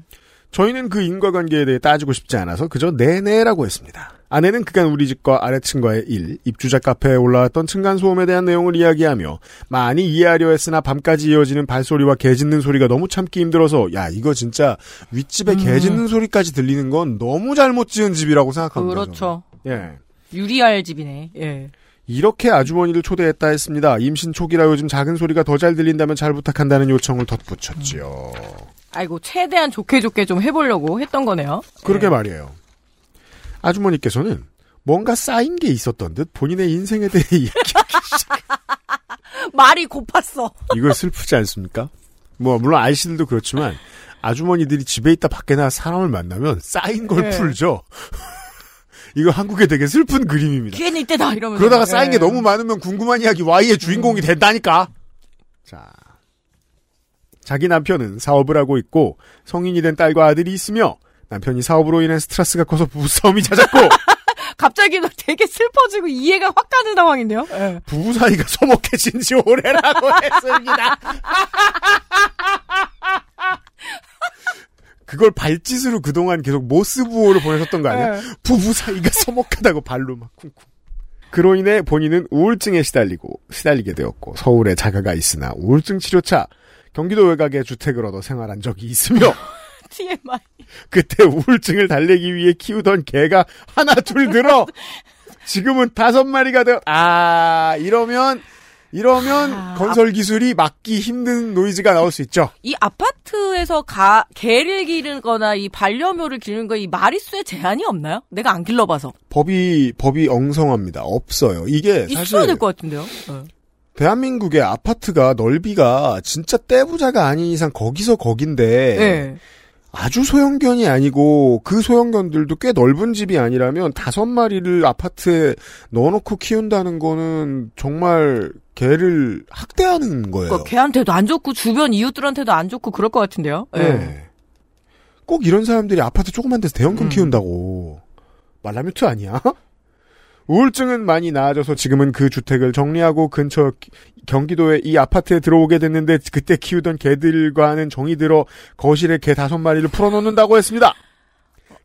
S4: 저희는 그 인과관계에 대해 따지고 싶지 않아서 그저 네네라고 했습니다. 아내는 그간 우리 집과 아래층과의 일, 입주자 카페에 올라왔던 층간소음에 대한 내용을 이야기하며 많이 이해하려 했으나 밤까지 이어지는 발소리와 개 짖는 소리가 너무 참기 힘들어서 야 이거 진짜 윗집에
S3: 음.
S4: 개 짖는 소리까지 들리는 건 너무 잘못 지은 집이라고 생각합니다.
S3: 그렇죠.
S4: 저는. 예.
S3: 유리알 집이네. 예.
S4: 이렇게 아주머니를 초대했다 했습니다. 임신 초기라 요즘 작은 소리가 더 잘 들린다면 잘 부탁한다는 요청을 덧붙였지요.
S3: 아이고 최대한 좋게 좋게 좀 해보려고 했던 거네요.
S4: 그러게 말이에요. 아주머니께서는 뭔가 쌓인 게 있었던 듯 본인의 인생에 대해 이야기.
S3: 말이 고팠어.
S4: 이거 슬프지 않습니까? 뭐 물론 아이씨들도 그렇지만 아주머니들이 집에 있다 밖에 나 사람을 만나면 쌓인 걸
S3: 네.
S4: 풀죠. 이거 한국에 되게 슬픈 그림입니다.
S3: 기회는 이때다 이러면서.
S4: 그러다가 쌓인 게
S3: 예.
S4: 너무 많으면 궁금한 이야기 Y의 주인공이
S3: 음.
S4: 된다니까. 자. 자기 남편은 사업을 하고 있고 성인이 된 딸과 아들이 있으며 남편이 사업으로 인해 스트레스가 커서 부부싸움이 잦았고
S3: 갑자기 나 되게 슬퍼지고 이해가 확 가는 상황인데요. 예.
S4: 부부 사이가 서먹해진 지 오래라고 했습니다. 그걸 발짓으로 그동안 계속 모스부호를 보내셨던 거 아니야? 부부 사이가 서먹하다고 발로 막 쿵쿵. 그로 인해 본인은 우울증에 시달리고 시달리게 되었고 서울에 자가가 있으나 우울증 치료차 경기도 외곽에 주택을 얻어 생활한 적이 있으며
S3: TMI.
S4: 그때 우울증을 달래기 위해 키우던 개가 하나 둘 늘어 지금은 다섯 마리가 되어 아 이러면 이러면
S3: 아,
S4: 건설 기술이 막기 힘든 노이즈가 나올 수 있죠.
S3: 이 아파트에서 가 개를 기르거나 이 반려묘를 기르는 거 이 마리수에 제한이 없나요? 내가 안 길러봐서
S4: 법이 법이 엉성합니다. 없어요.
S3: 있어야
S4: 이게 네, 사실
S3: 될 것 같은데요. 예.
S4: 대한민국의 아파트가 넓이가 진짜 떼부자가 아닌 이상 거기서 거긴데
S3: 예.
S4: 아주 소형견이 아니고 그 소형견들도 꽤 넓은 집이 아니라면 다섯 마리를 아파트에 넣어놓고 키운다는 거는 정말 개를 학대하는 거예요.
S3: 그러니까 걔한테도 안 좋고 주변 이웃들한테도 안 좋고 그럴 것 같은데요. 예.
S4: 네. 꼭 이런 사람들이 아파트 조그만 데서
S3: 음.
S4: 대형견 키운다고 말라뮤트 아니야? 우울증은 많이 나아져서 지금은 그 주택을 정리하고 근처 기- 경기도에 이 아파트에 들어오게 됐는데 그때 키우던 개들과는 정이 들어 거실에 개 다섯 마리를 풀어놓는다고 했습니다.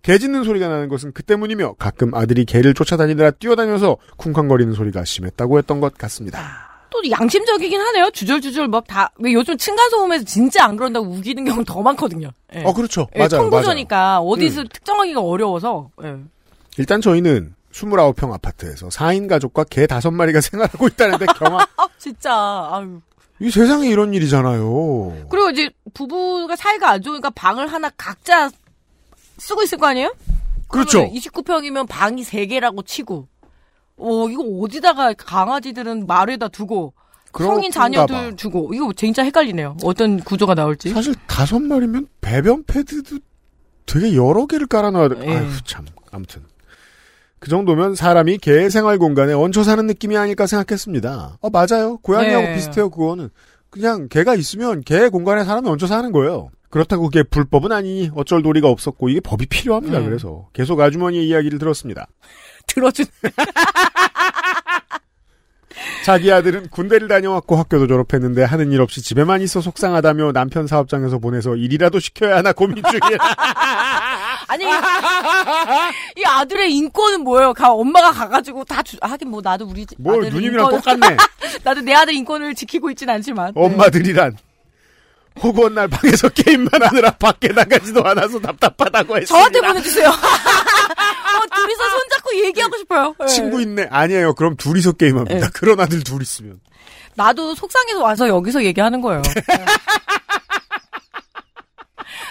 S4: 개 짖는 소리가 나는 것은 그 때문이며 가끔 아들이 개를 쫓아다니느라 뛰어다녀서 쿵쾅거리는 소리가 심했다고 했던 것 같습니다.
S3: 또 양심적이긴 하네요. 주절주절 막 다 왜 요즘 층간소음에서 진짜 안 그런다고 우기는 경우 더 많거든요. 예.
S4: 어 그렇죠.
S3: 예,
S4: 맞아요. 음. 맞아요.
S3: 청구조니까 어디서 특정하기가 어려워서. 예.
S4: 일단 저희는 29평 아파트에서 4인 가족과 개 5마리가 생활하고 있다는데 경화.
S3: 아 진짜. 아유.
S4: 이 세상에 이런 일이잖아요.
S3: 그리고 이제 부부가 사이가 안 좋으니까 방을 하나 각자 쓰고 있을 거 아니에요?
S4: 그렇죠.
S3: 29평이면 방이 3개라고 치고. 어, 이거 어디다가 강아지들은 말에다 두고 성인
S4: 그런가
S3: 자녀들 주고. 이거 진짜 헷갈리네요. 어떤 구조가 나올지.
S4: 사실 다섯 마리면 배변 패드도 되게 여러 개를 깔아놔야 돼. 아휴 참. 아무튼 그 정도면 사람이 개 생활 공간에 얹혀 사는 느낌이 아닐까 생각했습니다. 어 맞아요. 고양이하고
S12: 네.
S4: 비슷해요. 그거는 그냥 개가 있으면 개 공간에 사람이 얹혀 사는 거예요. 그렇다고 그게 불법은 아니니 어쩔 도리가 없었고 이게 법이 필요합니다.
S12: 네.
S4: 그래서 계속 아주머니의 이야기를 들었습니다.
S3: 들어준
S4: 자기 아들은 군대를 다녀왔고 학교도 졸업했는데 하는 일 없이 집에만 있어 속상하다며 남편 사업장에서 보내서 일이라도 시켜야 하나 고민 중이라
S3: 아니, 이 아들의 인권은 뭐예요? 가, 엄마가 가가지고 다 주, 하긴 뭐 나도 우리
S4: 뭘
S3: 아들
S4: 누님이랑
S3: 인권-
S4: 똑같네.
S3: 나도 내 아들 인권을 지키고 있진 않지만. 네.
S4: 엄마들이란 허구한 날 방에서 게임만 하느라 밖에 나가지도 않아서 답답하다고 했습니다.
S3: 저한테 보내주세요. 어, 둘이서 손잡고 얘기하고 싶어요. 네.
S4: 친구 있네. 아니에요. 그럼 둘이서 게임합니다. 그런 아들 둘 있으면.
S3: 나도 속상해서 와서 여기서 얘기하는 거예요. 네.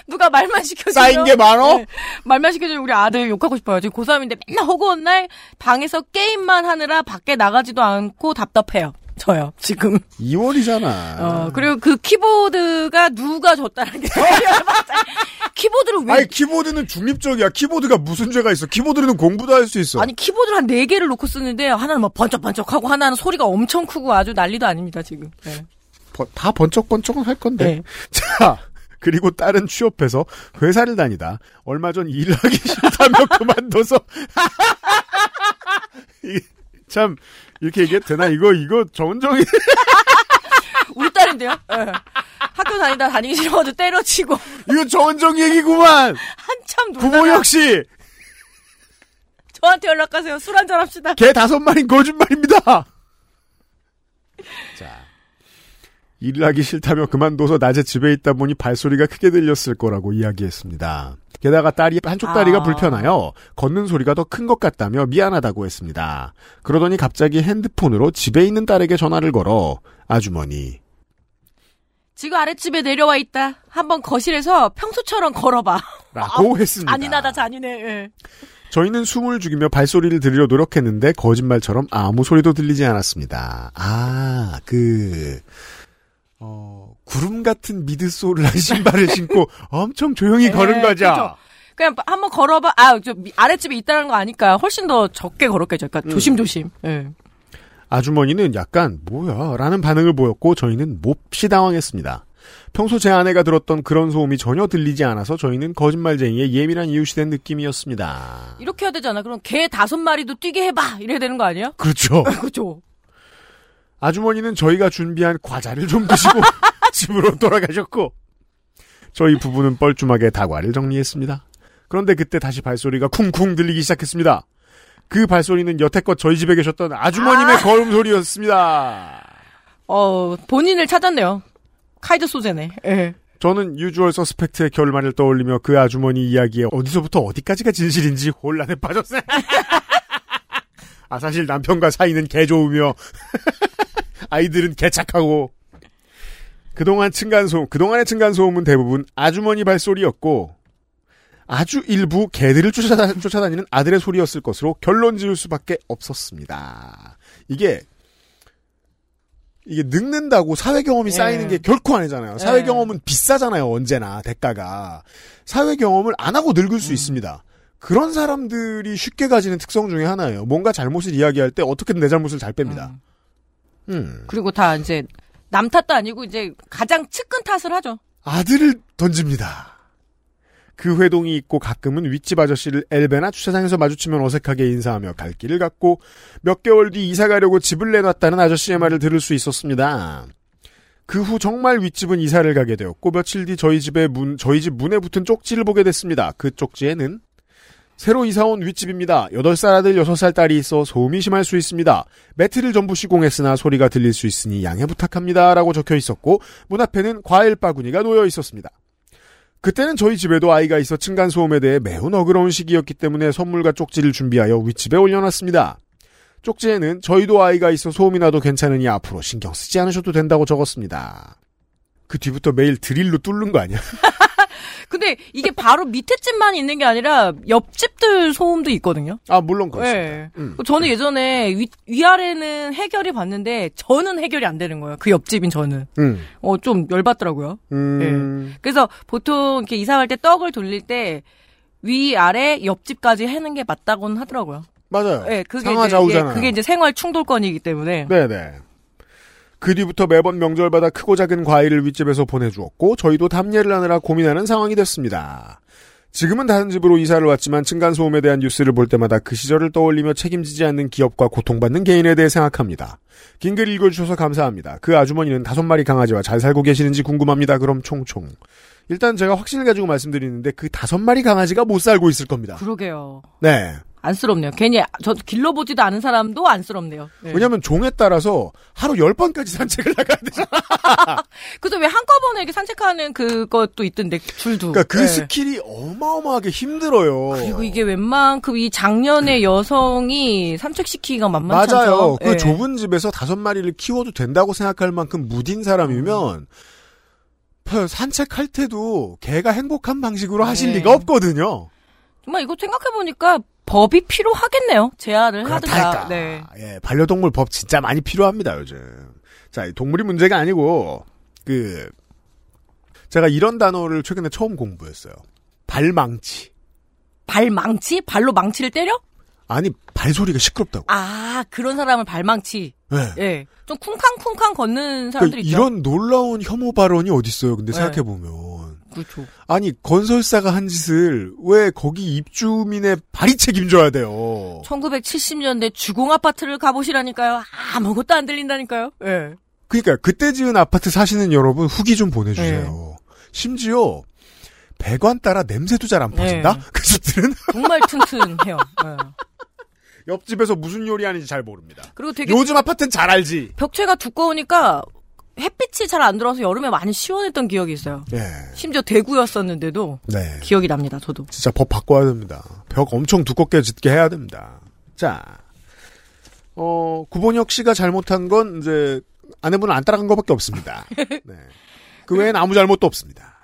S3: 누가 말만 시켜주면 네.
S4: 쌓인 게 많어?
S3: 말만 시켜주면 우리 아들 욕하고 싶어요. 지금 고3인데 맨날 허구한 날 방에서 게임만 하느라 밖에 나가지도 않고 답답해요. 저요 지금.
S4: 2월이잖아. 어?
S3: 어, 그리고 그 키보드가 누가 줬다는 게 키보드를 왜
S4: 아니 키보드는 중립적이야. 키보드가 무슨 죄가 있어? 키보드는 공부도 할 수 있어.
S3: 아니 키보드를 한 네 개를 놓고 쓰는데 하나는 막 번쩍번쩍하고 하나는 소리가 엄청 크고 아주 난리도 아닙니다 지금. 네.
S4: 버- 다 번쩍번쩍은 할 건데. 자, 그리고 딸은 취업해서 회사를 다니다 얼마 전 일하기 싫다며 그만둬서 이게 참 이렇게 얘기해도 되나 이거 이거 정정이
S3: 우리 딸인데요. 예. 학교 다니다 다니기 싫어가지고 때려치고
S4: 이거 정정 얘기구만
S3: 한참 놀다가
S4: 구모 역시
S3: 저한테 연락하세요. 술 한잔 합시다.
S4: 개 다섯 마리 거짓말입니다. 자. 일하기 싫다며 그만둬서 낮에 집에 있다 보니 발소리가 크게 들렸을 거라고 이야기했습니다. 게다가 딸이 한쪽 다리가
S12: 아.
S4: 불편하여 걷는 소리가 더 큰 것 같다며 미안하다고 했습니다. 그러더니 갑자기 핸드폰으로 집에 있는 딸에게 전화를 걸어 아주머니
S3: 지금 아랫집에 내려와 있다. 한번 거실에서 평소처럼 걸어봐.
S4: 라고
S3: 아우,
S4: 했습니다.
S3: 잔인하다 잔인해. 예.
S4: 저희는 숨을 죽이며 발소리를 들으려 노력했는데 거짓말처럼 아무 소리도 들리지 않았습니다. 아, 그 어, 구름 같은 미드솔한 신발을 신고 엄청 조용히 걸은
S3: 예,
S4: 거죠.
S3: 그렇죠. 그냥 한번 걸어봐. 아, 저 미- 아랫집에 있다는 거 아니까 훨씬 더 적게 걸었겠죠.
S4: 음.
S3: 그러니까 조심조심. 예.
S4: 아주머니는 약간 뭐야 라는 반응을 보였고 저희는 몹시 당황했습니다. 평소 제 아내가 들었던 그런 소음이 전혀 들리지 않아서 저희는 거짓말쟁이의 예민한 이웃이 된 느낌이었습니다.
S3: 이렇게 해야 되잖아. 그럼 개 다섯 마리도 뛰게 해봐. 이래야 되는 거 아니야?
S4: 그렇죠.
S3: 그죠.
S4: 아주머니는 저희가 준비한 과자를 좀 드시고 집으로 돌아가셨고 저희 부부는 뻘쭘하게 다과를 정리했습니다. 그런데 그때 다시 발소리가 쿵쿵 들리기 시작했습니다. 그 발소리는 여태껏 저희 집에 계셨던 아주머님의 걸음 소리였습니다.
S3: 어, 본인을 찾았네요. 카이드 소재네. 예.
S4: 저는 유주얼 서스펙트의 결말을 떠올리며 그 아주머니 이야기에 어디서부터 어디까지가 진실인지 혼란에 빠졌어요. 아 사실 남편과 사이는 개 좋으며 아이들은 개 착하고 그동안 층간소음 그동안의 층간소음은 대부분 아주머니 발소리였고 아주 일부 개들을 쫓아다, 쫓아다니는 아들의 소리였을 것으로 결론 지을 수밖에 없었습니다. 이게 이게 늙는다고 사회 경험이 쌓이는 게 결코 아니잖아요. 사회
S12: 예.
S4: 경험은 비싸잖아요. 언제나 대가가 사회 경험을 안 하고 늙을 수 있습니다. 그런 사람들이 쉽게 가지는 특성 중에 하나예요. 뭔가 잘못을 이야기할 때 어떻게든 내 잘못을 잘 뺍니다. 음.
S3: 그리고 다 이제 남 탓도 아니고 이제 가장 측근 탓을 하죠.
S4: 아들을 던집니다. 그 회동이 있고 가끔은 윗집 아저씨를 엘베나 주차장에서 마주치면 어색하게 인사하며 갈 길을 갔고 몇 개월 뒤 이사 가려고 집을 내놨다는 아저씨의 말을 들을 수 있었습니다. 그 후 정말 윗집은 이사를 가게 되었고 며칠 뒤 저희 집의 문 저희 집 문에 붙은 쪽지를 보게 됐습니다. 그 쪽지에는 새로 이사 온 윗집입니다. 8살 아들 6살 딸이 있어 소음이 심할 수 있습니다. 매트를 전부 시공했으나 소리가 들릴 수 있으니 양해 부탁합니다. 라고 적혀 있었고 문 앞에는 과일 바구니가 놓여 있었습니다. 그때는 저희 집에도 아이가 있어 층간소음에 대해 매우 너그러운 시기였기 때문에 선물과 쪽지를 준비하여 윗집에 올려놨습니다. 쪽지에는 저희도 아이가 있어 소음이 나도 괜찮으니 앞으로 신경 쓰지 않으셔도 된다고 적었습니다. 그 뒤부터 매일 드릴로 뚫는 거 아니야?
S3: 근데 이게 바로 밑에 집만 있는 게 아니라 옆집들 소음도 있거든요. 예.
S4: 아 물론
S3: 그렇습니다.
S4: 음.
S3: 저는 예전에 위, 위아래는 해결이 봤는데 저는 해결이 안 되는 거예요. 그 옆집인 저는.
S4: 음.
S3: 어 좀 열받더라고요.
S4: 음.
S3: 그래서 보통 이렇게 이사 갈때 떡을 돌릴 때 위아래 옆집까지 해는 게 맞다고는 하더라고요.
S4: 맞아요.
S3: 예, 그게 이제,
S4: 상하좌우잖아요.
S3: 예, 그게 이제 생활 충돌권이기 때문에.
S4: 네네. 그 뒤부터 매번 명절마다 크고 작은 과일을 윗집에서 보내주었고 저희도 답례를 하느라 고민하는 상황이 됐습니다. 지금은 다른 집으로 이사를 왔지만 층간소음에 대한 뉴스를 볼 때마다 그 시절을 떠올리며 책임지지 않는 기업과 고통받는 개인에 대해 생각합니다. 긴 글 읽어주셔서 감사합니다. 그 아주머니는 다섯 마리 강아지와 잘 살고 계시는지 궁금합니다. 그럼 총총. 일단 제가 확신을 가지고 말씀드리는데 그 다섯 마리 강아지가 못 살고 있을 겁니다.
S3: 그러게요.
S4: 네.
S3: 안쓰럽네요. 괜히 저 길러보지도 않은 사람도 안쓰럽네요. 네.
S4: 왜냐면 하 종에 따라서 하루 열 번까지 산책을 나가야 되잖아.
S3: 그래서 왜 한꺼번에 이렇게 산책하는 그것도 있던데 줄도.
S4: 그러니까 그
S3: 네.
S4: 스킬이 어마어마하게 힘들어요.
S3: 그리고 아, 이게 웬만큼 이 작년에 여성이 산책시키기가 만만치 않죠.
S4: 네. 맞아요. 그
S3: 예.
S4: 좁은 집에서 다섯 마리를 키워도 된다고 생각할 만큼 무딘 사람이면 펴- 산책할 때도 개가 행복한 방식으로 하실
S3: 네.
S4: 리가 없거든요.
S3: 정말 이거 생각해보니까 법이 필요하겠네요.
S4: 아,
S3: 제한을 하든가.
S4: 그렇다니까.
S3: 네.
S4: 예, 반려동물 법 진짜 많이 필요합니다 요즘. 자, 이 동물이 문제가 아니고 그 제가 이런 단어를 최근에 처음 공부했어요. 발망치.
S3: 발망치? 발로 망치를 때려?
S4: 아니 발소리가 시끄럽다고.
S3: 아, 그런 사람을 발망치.
S4: 예.
S3: 예. 좀 쿵쾅쿵쾅 걷는
S4: 그러니까
S3: 사람들 있죠.
S4: 이런 놀라운 혐오 발언이 어디 있어요? 근데
S3: 네.
S4: 생각해 보면
S3: 그렇죠.
S4: 아니 건설사가 한 짓을 왜 거기 입주민의 발이 책임져야 돼요?
S3: 1970년대 주공 아파트를 가보시라니까요. 아무것도 안 들린다니까요. 예.
S4: 그러니까 그때 지은 아파트 사시는 여러분 후기 좀
S3: 네.
S4: 보내주세요. 심지어 배관 따라 냄새도 잘 안 퍼진다.
S3: 네.
S4: 그 집들은
S3: 정말 튼튼해요. 예.
S4: 옆집에서 무슨 요리하는지 잘 모릅니다.
S3: 그리고 되게
S4: 요즘 아파트는 잘 알지.
S3: 벽체가 두꺼우니까 햇빛이 잘 안 들어와서 여름에 많이 시원했던 기억이 있어요.
S4: 예.
S3: 심지어 대구였었는데도
S4: 네.
S3: 기억이 납니다. 저도.
S4: 진짜 법 바꿔야 됩니다. 벽 엄청 두껍게 짓게 해야 됩니다. 자, 어 구본혁 씨가 잘못한 건 이제 아내분은 안 따라간 것밖에 없습니다. 네. 그 외엔 아무 잘못도 없습니다.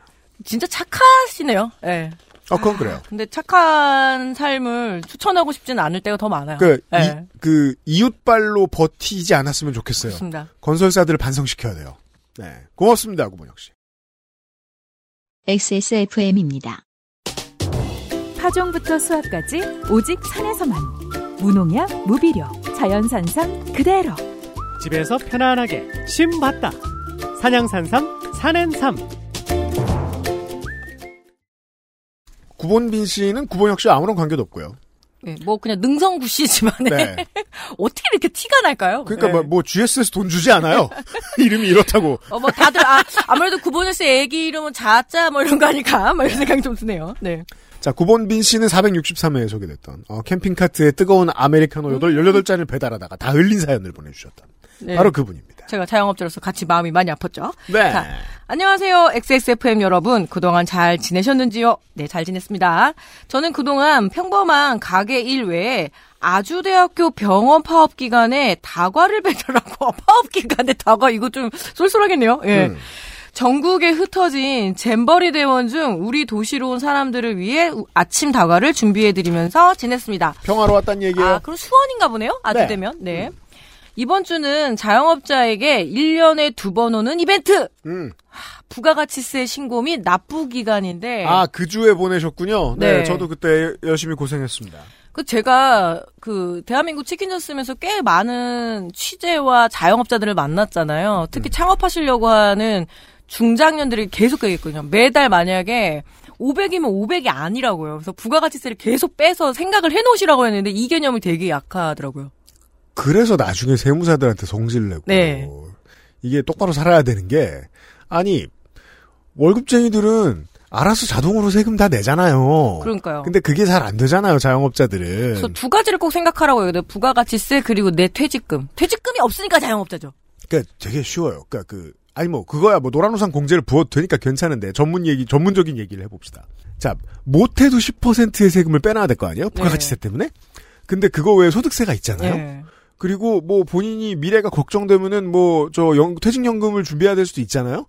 S3: 진짜 착하시네요. 예.
S4: 아 그건 그래요.
S3: 근데 착한 삶을 추천하고 싶진 않을 때가 더 많아요.
S4: 그,
S3: 예.
S4: 이, 그 이웃발로 버티지 않았으면 좋겠어요.
S3: 그렇습니다.
S4: 건설사들을 반성시켜야 돼요. 네, 고맙습니다, 구본혁 씨.
S2: XSFM입니다.
S7: 파종부터 수확까지 오직 산에서만 무농약 무비료 자연산산 그대로
S11: 집에서 편안하게 심 봤다. 산양산삼 산엔삼.
S4: 구본빈 씨는 구본혁 씨와 아무런 관계도 없고요.
S3: 예, 뭐 그냥 능성구 씨지만
S4: 네.
S3: 어떻게 이렇게 티가 날까요?
S4: 그러니까
S3: 예.
S4: 뭐, 뭐 GS에서 돈 주지 않아요. 이름이 이렇다고.
S3: 어, 뭐 다들 아, 아무래도 구본일 씨 애기 이름은 자자 뭐 이런 거 아닐까? 뭐 이런 생각이 좀 드네요. 네.
S4: 자, 구본빈 씨는 463회에 소개됐던 어, 캠핑카트에 뜨거운 아메리카노 8, 18잔을 배달하다가 다 흘린 사연을 보내주셨던
S3: 네.
S4: 바로 그분입니다.
S3: 제가 자영업자로서 같이 마음이 많이 아팠죠.
S4: 네.
S3: 자, 안녕하세요. XSFM 여러분. 그동안 잘 지내셨는지요? 네, 잘 지냈습니다. 저는 그동안 평범한 가게 일 외에 아주대학교 병원 파업 기간에 다과를 배달하고 파업 기간에 다과 이거 좀 쏠쏠하겠네요. 예.
S4: 음.
S3: 전국에 흩어진 잼버리 대원 중 우리 도시로 온 사람들을 위해 우- 아침 다과를 준비해드리면서 지냈습니다.
S4: 평화로 왔단 얘기예요.
S3: 아, 그럼 수원인가 보네요?
S4: 네.
S3: 아주대면? 네. 이번 주는 자영업자에게 1년에 두 번 오는 이벤트!
S4: 음.
S3: 부가가치세 신고 및 납부 기간인데.
S4: 아, 그 주에 보내셨군요. 네.
S3: 네.
S4: 저도 그때 열심히 고생했습니다.
S3: 그 제가 그 대한민국 치킨전 쓰면서 꽤 많은 취재와 자영업자들을 만났잖아요. 특히 창업하시려고 하는 중장년들이 계속 그랬거든요. 매달 만약에 500이면 500이 아니라고요. 그래서 부가가치세를 계속 빼서 생각을 해놓으시라고 했는데 이 개념이 되게 약하더라고요.
S4: 그래서 나중에 세무사들한테 성질 내고
S3: 네.
S4: 이게 똑바로 살아야 되는 게 아니 월급쟁이들은 알아서 자동으로 세금 다 내잖아요.
S3: 그러니까요. 그렇죠.
S4: 근데 그게 잘 안 되잖아요, 자영업자들은.
S3: 그래서 두 가지를 꼭 생각하라고 해요. 부가가치세 그리고 내 퇴직금. 퇴직금이 없으니까 자영업자죠.
S4: 그러니까 되게 쉬워요. 그러니까 그 아니 뭐 그거야 뭐 노란우산 공제를 부어도 되니까 괜찮은데 전문 얘기 전문적인 얘기를 해봅시다. 자 못해도
S3: 네.
S4: 10%의 세금을 빼놔야 될 거 아니에요? 부가가치세 때문에. 근데 그거 외에 소득세가 있잖아요. 그리고 뭐 본인이 미래가 걱정되면은 뭐 저 퇴직연금을 준비해야 될 수도 있잖아요.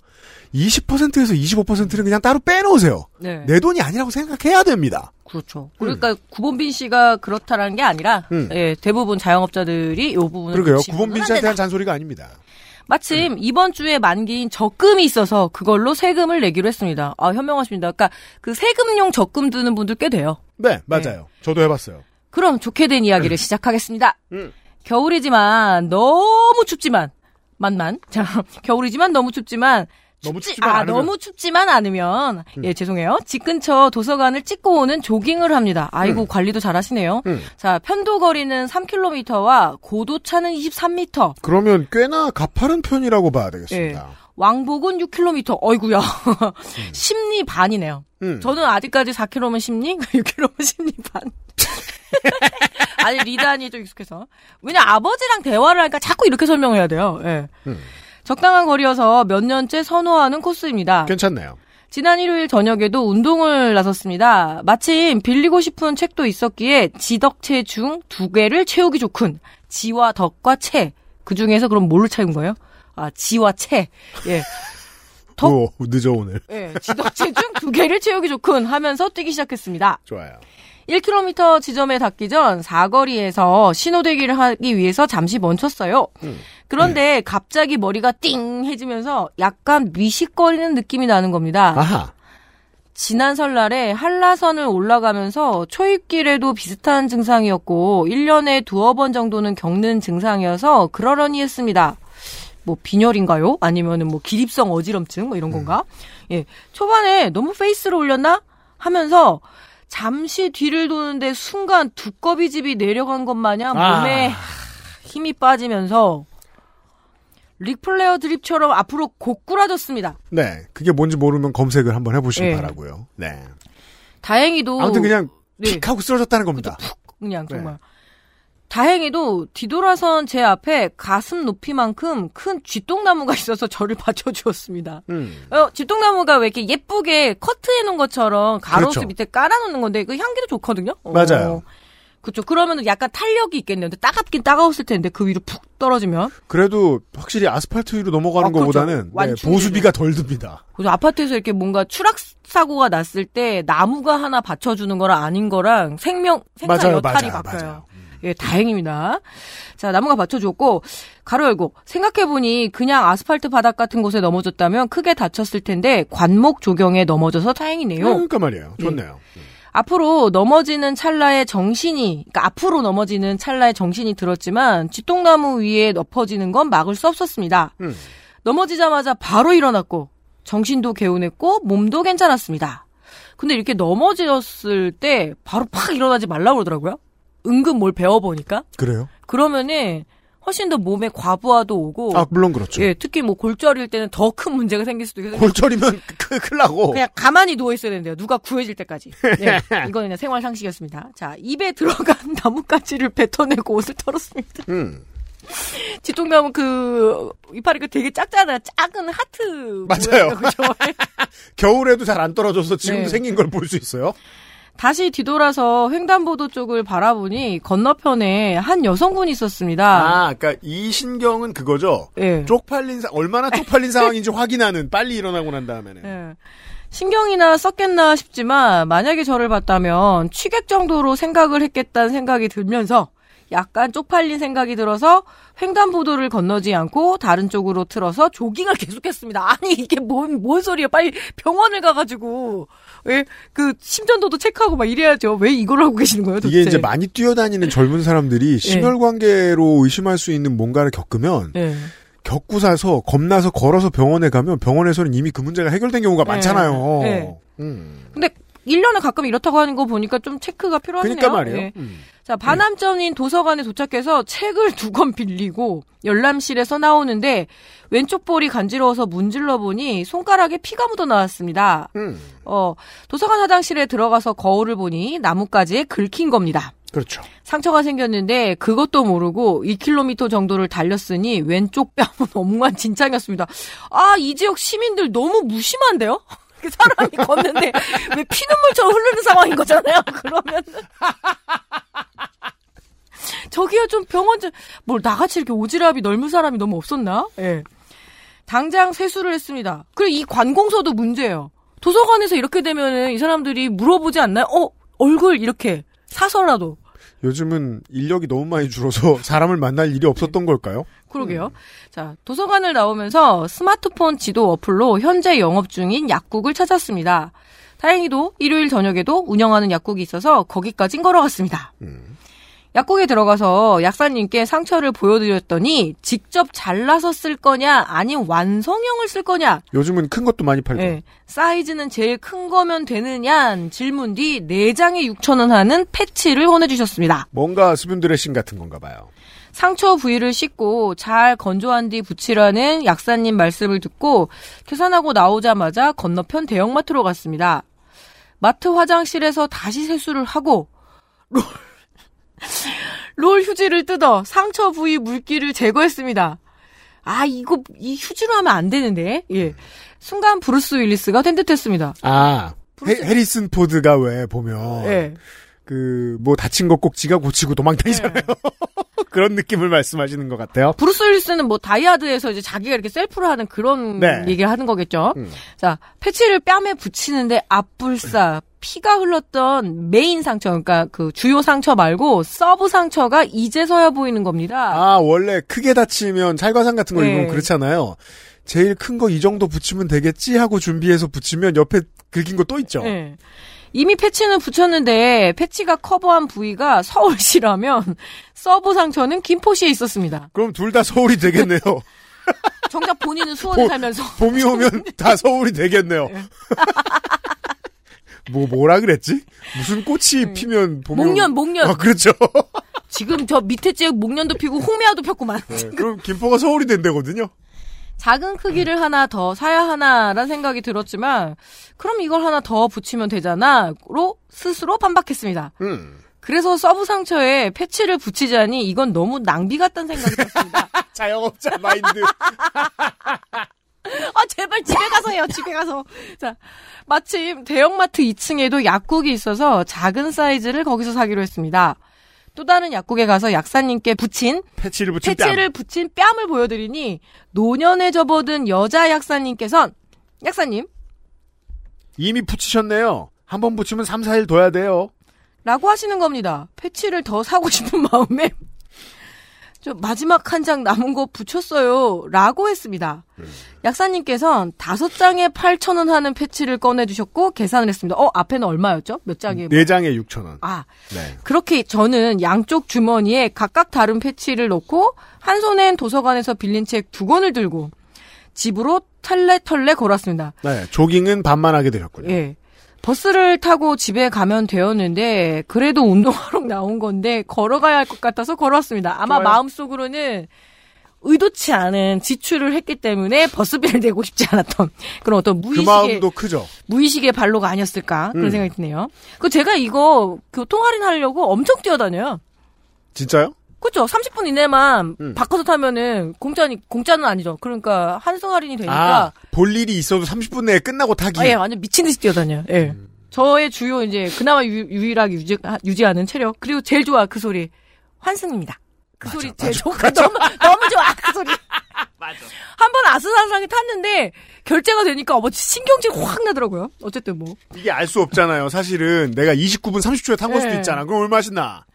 S4: 20%에서 25%는 그냥 따로 빼놓으세요.
S3: 네.
S4: 내 돈이 아니라고 생각해야 됩니다.
S3: 그렇죠. 그러니까 구본빈 씨가 그렇다라는 게 아니라
S4: 음.
S3: 예, 대부분 자영업자들이 이 부분을
S4: 그러게요.
S3: 놓치고는
S4: 구본빈
S3: 안
S4: 씨한테 음.
S3: 된다.
S4: 한 잔소리가 아닙니다.
S3: 마침 이번 주에 만기인 적금이 있어서 그걸로 세금을 내기로 했습니다. 아, 현명하십니다. 그러니까 그 세금용 적금 드는 분들 꽤 돼요.
S4: 네, 맞아요. 저도 해봤어요.
S3: 그럼 좋게 된 이야기를 시작하겠습니다.
S4: 음.
S3: 겨울이지만 너무 춥지만 만만 자 겨울이지만 너무 춥지만
S4: 너무
S3: 춥지-
S4: 춥지만
S3: 아
S4: 않으면. 음.
S3: 너무 춥지만 않으면 예 죄송해요 집 근처 도서관을 찍고 오는 조깅을 합니다 아이고
S12: 음.
S3: 관리도 잘하시네요
S4: 음.
S3: 자 편도 거리는 3km와 고도차는 23m
S4: 그러면 꽤나 가파른 편이라고 봐야 되겠습니다.
S3: 예. 왕복은 6km. 어이구야. 심리 반이네요.
S4: 음.
S3: 저는 아직까지 4km면 심리, 6km면 심리 반. 아니 리단이 좀 익숙해서. 왜냐 아버지랑 대화를 하니까 자꾸 이렇게 설명을 해야 돼요. 예.
S4: 음.
S3: 적당한 거리여서 몇 년째 선호하는 코스입니다.
S4: 괜찮네요.
S3: 지난 일요일 저녁에도 운동을 나섰습니다. 마침 빌리고 싶은 책도 있었기에 지덕체 중 두 개를 채우기 좋군. 지와 덕과 채. 그 중에서 그럼 뭘로 채운 거예요? 아, 지와 채. 예. 더-
S4: 오, 늦어 오늘.
S3: 예, 지덕체 중 두 개를 채우기 좋군 하면서 뛰기 시작했습니다.
S4: 좋아요.
S3: 1km 지점에 닿기 전 사거리에서 신호대기를 하기 위해서 잠시 멈췄어요. 그런데 갑자기 머리가 띵 해지면서 약간 미식거리는 느낌이 나는 겁니다.
S4: 아하.
S3: 지난 설날에 한라산을 올라가면서 초입길에도 비슷한 증상이었고 1년에 두어 번 정도는 겪는 증상이어서 그러려니 했습니다. 뭐 빈혈인가요? 아니면은 뭐 기립성 어지럼증 뭐 이런
S4: 네.
S3: 건가? 예. 초반에 너무 페이스로 올렸나 하면서 잠시 뒤를 도는데 순간 두꺼비집이 내려간 것 마냥
S12: 아.
S3: 몸에 힘이 빠지면서 릭플레어 드립처럼 앞으로 고꾸라졌습니다.
S4: 네, 그게 뭔지 모르면 검색을 한번 해보시기
S3: 예.
S4: 바라고요. 네.
S3: 다행히도
S4: 아무튼 그냥
S3: 네.
S4: 픽 하고 쓰러졌다는 겁니다.
S3: 그냥 정말
S4: 네.
S3: 다행히도 뒤돌아선 제 앞에 가슴 높이만큼 큰 쥐똥나무가 있어서 저를 받쳐주었습니다.
S4: 음.
S3: 어, 쥐똥나무가 왜 이렇게 예쁘게 커트해 놓은 것처럼 가로수
S4: 그렇죠.
S3: 밑에 깔아놓는 건데 그 향기도 좋거든요. 어,
S4: 맞아요.
S3: 그렇죠. 그러면 약간 탄력이 있겠는데 따갑긴 따가웠을 텐데 그 위로 푹 떨어지면
S4: 그래도 확실히 아스팔트 위로 넘어가는
S3: 아, 그렇죠.
S4: 것보다는 네,
S3: 완충이
S4: 보수비가 덜 듭니다.
S3: 그래서 아파트에서 이렇게 뭔가 추락 사고가 났을 때 나무가 하나 받쳐주는 거랑 아닌 거랑 생명 생사
S12: 맞아요,
S3: 여탈이
S12: 맞아요,
S3: 바뀌어요.
S12: 맞아요.
S3: 예, 다행입니다. 자, 나무가 받쳐주었고 가로 열고 생각해 보니 그냥 아스팔트 바닥 같은 곳에 넘어졌다면 크게 다쳤을 텐데 관목 조경에 넘어져서 다행이네요.
S4: 그러니까 말이에요. 좋네요.
S3: 앞으로 넘어지는 찰나에 정신이, 그러니까 앞으로 넘어지는 찰나에 정신이 들었지만 쥐똥나무 위에 엎어지는 건 막을 수 없었습니다.
S4: 음.
S3: 넘어지자마자 바로 일어났고 정신도 개운했고 몸도 괜찮았습니다. 근데 이렇게 넘어졌을 때 바로 팍 일어나지 말라고 그러더라고요. 은근 뭘 배워보니까
S4: 그래요?
S3: 그러면은 훨씬 더 몸에 과부하도 오고
S4: 아, 물론 그렇죠.
S3: 예, 특히 뭐 골절일 때는 더 큰 문제가 생길 수도 있고
S4: 골절이면 크- 큰일 나고.
S3: 그냥 가만히 누워 있어야 된대요. 누가 구해질 때까지. 네, 이거는 그냥 생활 상식이었습니다. 자, 입에 들어간 나뭇가지를 뱉어내고 옷을 털었습니다.
S4: 음.
S3: 뒤통나무 그 이파리가 되게 작잖아요. 작은 하트.
S4: 맞아요.
S3: 모양이라고 저번에.
S4: 겨울에도 잘 안 떨어져서 지금
S3: 네.
S4: 도 생긴 걸 볼 수 있어요.
S3: 다시 뒤돌아서 횡단보도 쪽을 바라보니 건너편에 한 여성분이 있었습니다.
S4: 아, 그러니까 이 신경은 그거죠.
S3: 예.
S4: 쪽팔린 사- 얼마나 쪽팔린 상황인지 확인하는 빨리 일어나고 난 다음에는.
S3: 예. 신경이나 썼겠나 싶지만 만약에 저를 봤다면 취객 정도로 생각을 했겠다는 생각이 들면서 약간 쪽팔린 생각이 들어서 횡단보도를 건너지 않고 다른 쪽으로 틀어서 조깅을 계속했습니다. 아니 이게 뭔, 뭔 소리야? 빨리 병원을 가가지고 왜 그 심전도도 체크하고 막 이래야죠. 왜 이걸 하고 계시는 거예요? 도대체?
S4: 이게 이제 많이 뛰어다니는 젊은 사람들이 심혈관계로 의심할 수 있는 뭔가를 겪으면
S3: 예.
S4: 겪고 사서 겁나서 걸어서 병원에 가면 병원에서는 이미 그 문제가 해결된 경우가
S3: 네.
S4: 많잖아요.
S3: 네.
S4: 음.
S3: 근데 1년에 가끔 이렇다고 하는 거 보니까 좀 체크가 필요하네요.
S4: 그러니까 말이에요.
S3: 예.
S4: 음.
S3: 자, 반함점인 도서관에 도착해서 책을 두 권 빌리고 열람실에서 나오는데 왼쪽 볼이 간지러워서 문질러 보니 손가락에 피가 묻어 나왔습니다.
S4: 음.
S3: 어, 도서관 화장실에 들어가서 거울을 보니 나뭇가지에 긁힌 겁니다.
S4: 그렇죠.
S3: 상처가 생겼는데 그것도 모르고 2km 정도를 달렸으니 왼쪽 뺨은 엄관진창이었습니다. 아, 이 지역 시민들 너무 무심한데요? 이렇게 사람이 걷는데 왜 피눈물처럼 흐르는 상황인 거잖아요. 그러면 저기요 좀 병원 좀 뭘 나같이 이렇게 오지랖이 넓은 사람이 너무 없었나? 예. 당장 세수를 했습니다. 그리고 이 관공서도 문제예요. 도서관에서 이렇게 되면은 이 사람들이 물어보지 않나요? 어 얼굴 이렇게 사서라도
S4: 요즘은 인력이 너무 많이 줄어서 사람을 만날 일이 없었던 걸까요?
S3: 그러게요. 자, 도서관을 나오면서 스마트폰 지도 어플로 현재 영업 중인 약국을 찾았습니다. 다행히도 일요일 저녁에도 운영하는 약국이 있어서 거기까진 걸어갔습니다. 약국에 들어가서 약사님께 상처를 보여드렸더니 직접 잘라서 쓸 거냐 아니면 완성형을 쓸 거냐
S4: 요즘은 큰 것도 많이 팔고.
S3: 예. 사이즈는 제일 큰 거면 되느냐 질문 뒤 4장에 6천원 하는 패치를 보내주셨습니다.
S4: 뭔가 수분 드레싱 같은 건가 봐요.
S3: 상처 부위를 씻고 잘 건조한 뒤 붙이라는 약사님 말씀을 듣고 계산하고 나오자마자 건너편 대형마트로 갔습니다. 마트 화장실에서 다시 세수를 하고 롤, 롤 휴지를 뜯어 상처 부위 물기를 제거했습니다. 아 이거 이 휴지로 하면 안 되는데 예 순간 브루스 윌리스가 된 듯했습니다.
S4: 아, 헤, 해리슨 포드가 왜 보면
S3: 예.
S4: 그 뭐 다친 거 꼭 지가 고치고 도망다니잖아요. 그런 느낌을 말씀하시는 것 같아요.
S3: 브루스 윌리스는 뭐 다이아드에서 이제 자기가 이렇게 셀프를 하는 그런
S4: 네.
S3: 얘기를 하는 거겠죠.
S4: 음.
S3: 자, 패치를 뺨에 붙이는데 앞불사 피가 흘렀던 메인 상처, 그러니까 그 주요 상처 말고 서브 상처가 이제서야 보이는 겁니다.
S4: 아 원래 크게 다치면 찰과상 같은 거
S3: 네.
S4: 입으면 그렇잖아요. 제일 큰 거 이 정도 붙이면 되겠지 하고 준비해서 붙이면 옆에 긁힌 거 또 있죠.
S3: 예. 이미 패치는 붙였는데 패치가 커버한 부위가 서울시라면 서브 상처는 김포시에 있었습니다.
S4: 그럼 둘 다 서울이 되겠네요.
S3: 정작 본인은 수원에
S4: 보-
S3: 살면서
S4: 봄이 오면 다 서울이 되겠네요. 뭐 뭐라 그랬지? 무슨 꽃이 피면 봄이
S3: 네. 목련,
S4: 오면-
S3: 목련.
S4: 아 그렇죠.
S3: 지금 저 밑에 째 목련도 피고 홍매화도 폈구만.
S4: 네, 그럼 김포가 서울이 된다거든요.
S3: 작은 크기를 하나 더 사야 하나라는 생각이 들었지만 그럼 이걸 하나 더 붙이면 되잖아로 스스로 반박했습니다.
S4: 음.
S3: 그래서 서브 상처에 패치를 붙이자니 이건 너무 낭비 같다는 생각이 들었습니다.
S4: 자영업자 마인드.
S3: 아 제발 집에 가서 해요. 집에 가서. 자 마침 대형마트 2층에도 약국이 있어서 작은 사이즈를 거기서 사기로 했습니다. 또 다른 약국에 가서 약사님께 붙인
S4: 패치를 붙인
S3: 패치를 붙인 뺨을 보여드리니 노년에 접어든 여자 약사님께선 약사님
S4: 이미 붙이셨네요. 한 번 붙이면 3, 4일 둬야 돼요.
S3: 라고 하시는 겁니다. 패치를 더 사고 싶은 마음에 저 마지막 한 장 남은 거 붙였어요. 라고 했습니다.
S4: 네.
S3: 약사님께서는 다섯 장에 8,000원 하는 패치를 꺼내주셨고 계산을 했습니다. 어, 앞에는 얼마였죠? 몇 장에?
S4: 네 장에 6천 원.
S3: 아,
S4: 네.
S3: 그렇게 저는 양쪽 주머니에 각각 다른 패치를 넣고 한 손엔 도서관에서 빌린 책 두 권을 들고 집으로 털레털레 걸었습니다.
S4: 네, 조깅은 반만 하게 되셨군요.
S3: 예. 버스를 타고 집에 가면 되었는데 그래도 운동하러 나온 건데 걸어가야 할 것 같아서 걸어왔습니다. 아마
S7: 좋아요.
S3: 마음속으로는 의도치 않은 지출을 했기 때문에 버스비를 내고 싶지 않았던 그런 어떤
S4: 그
S3: 무의식의
S4: 마음도 크죠.
S3: 무의식의 발로가 아니었을까 그런
S4: 음.
S3: 생각이 드네요. 그 제가 이거 교통 할인하려고 엄청 뛰어다녀요.
S4: 진짜요?
S3: 그렇죠. 30분 이내만
S4: 음.
S3: 바꿔서 타면은 공짜니 공짜는 아니죠. 그러니까 한승 할인이 되니까
S4: 아, 볼 일이 있어도 30분 내에 끝나고 타기.
S3: 아, 예, 완전 미친 듯이 뛰어다녀요. 예. 저의 주요 이제 그나마 유, 일하게 유지, 하- 유지하는 체력 그리고 제일 좋아 그 소리 환승입니다. 그 소리 제일 좋아 너무 너무 좋아 그 소리. 한 번 아슬아슬하게 탔는데 결제가 되니까 어머 신경질 확 나더라고요. 어쨌든 뭐
S4: 이게 알 수 없잖아요. 사실은 내가 29분 30초에 탄 걸 수도
S3: 예.
S4: 있잖아. 그럼 얼마 신나?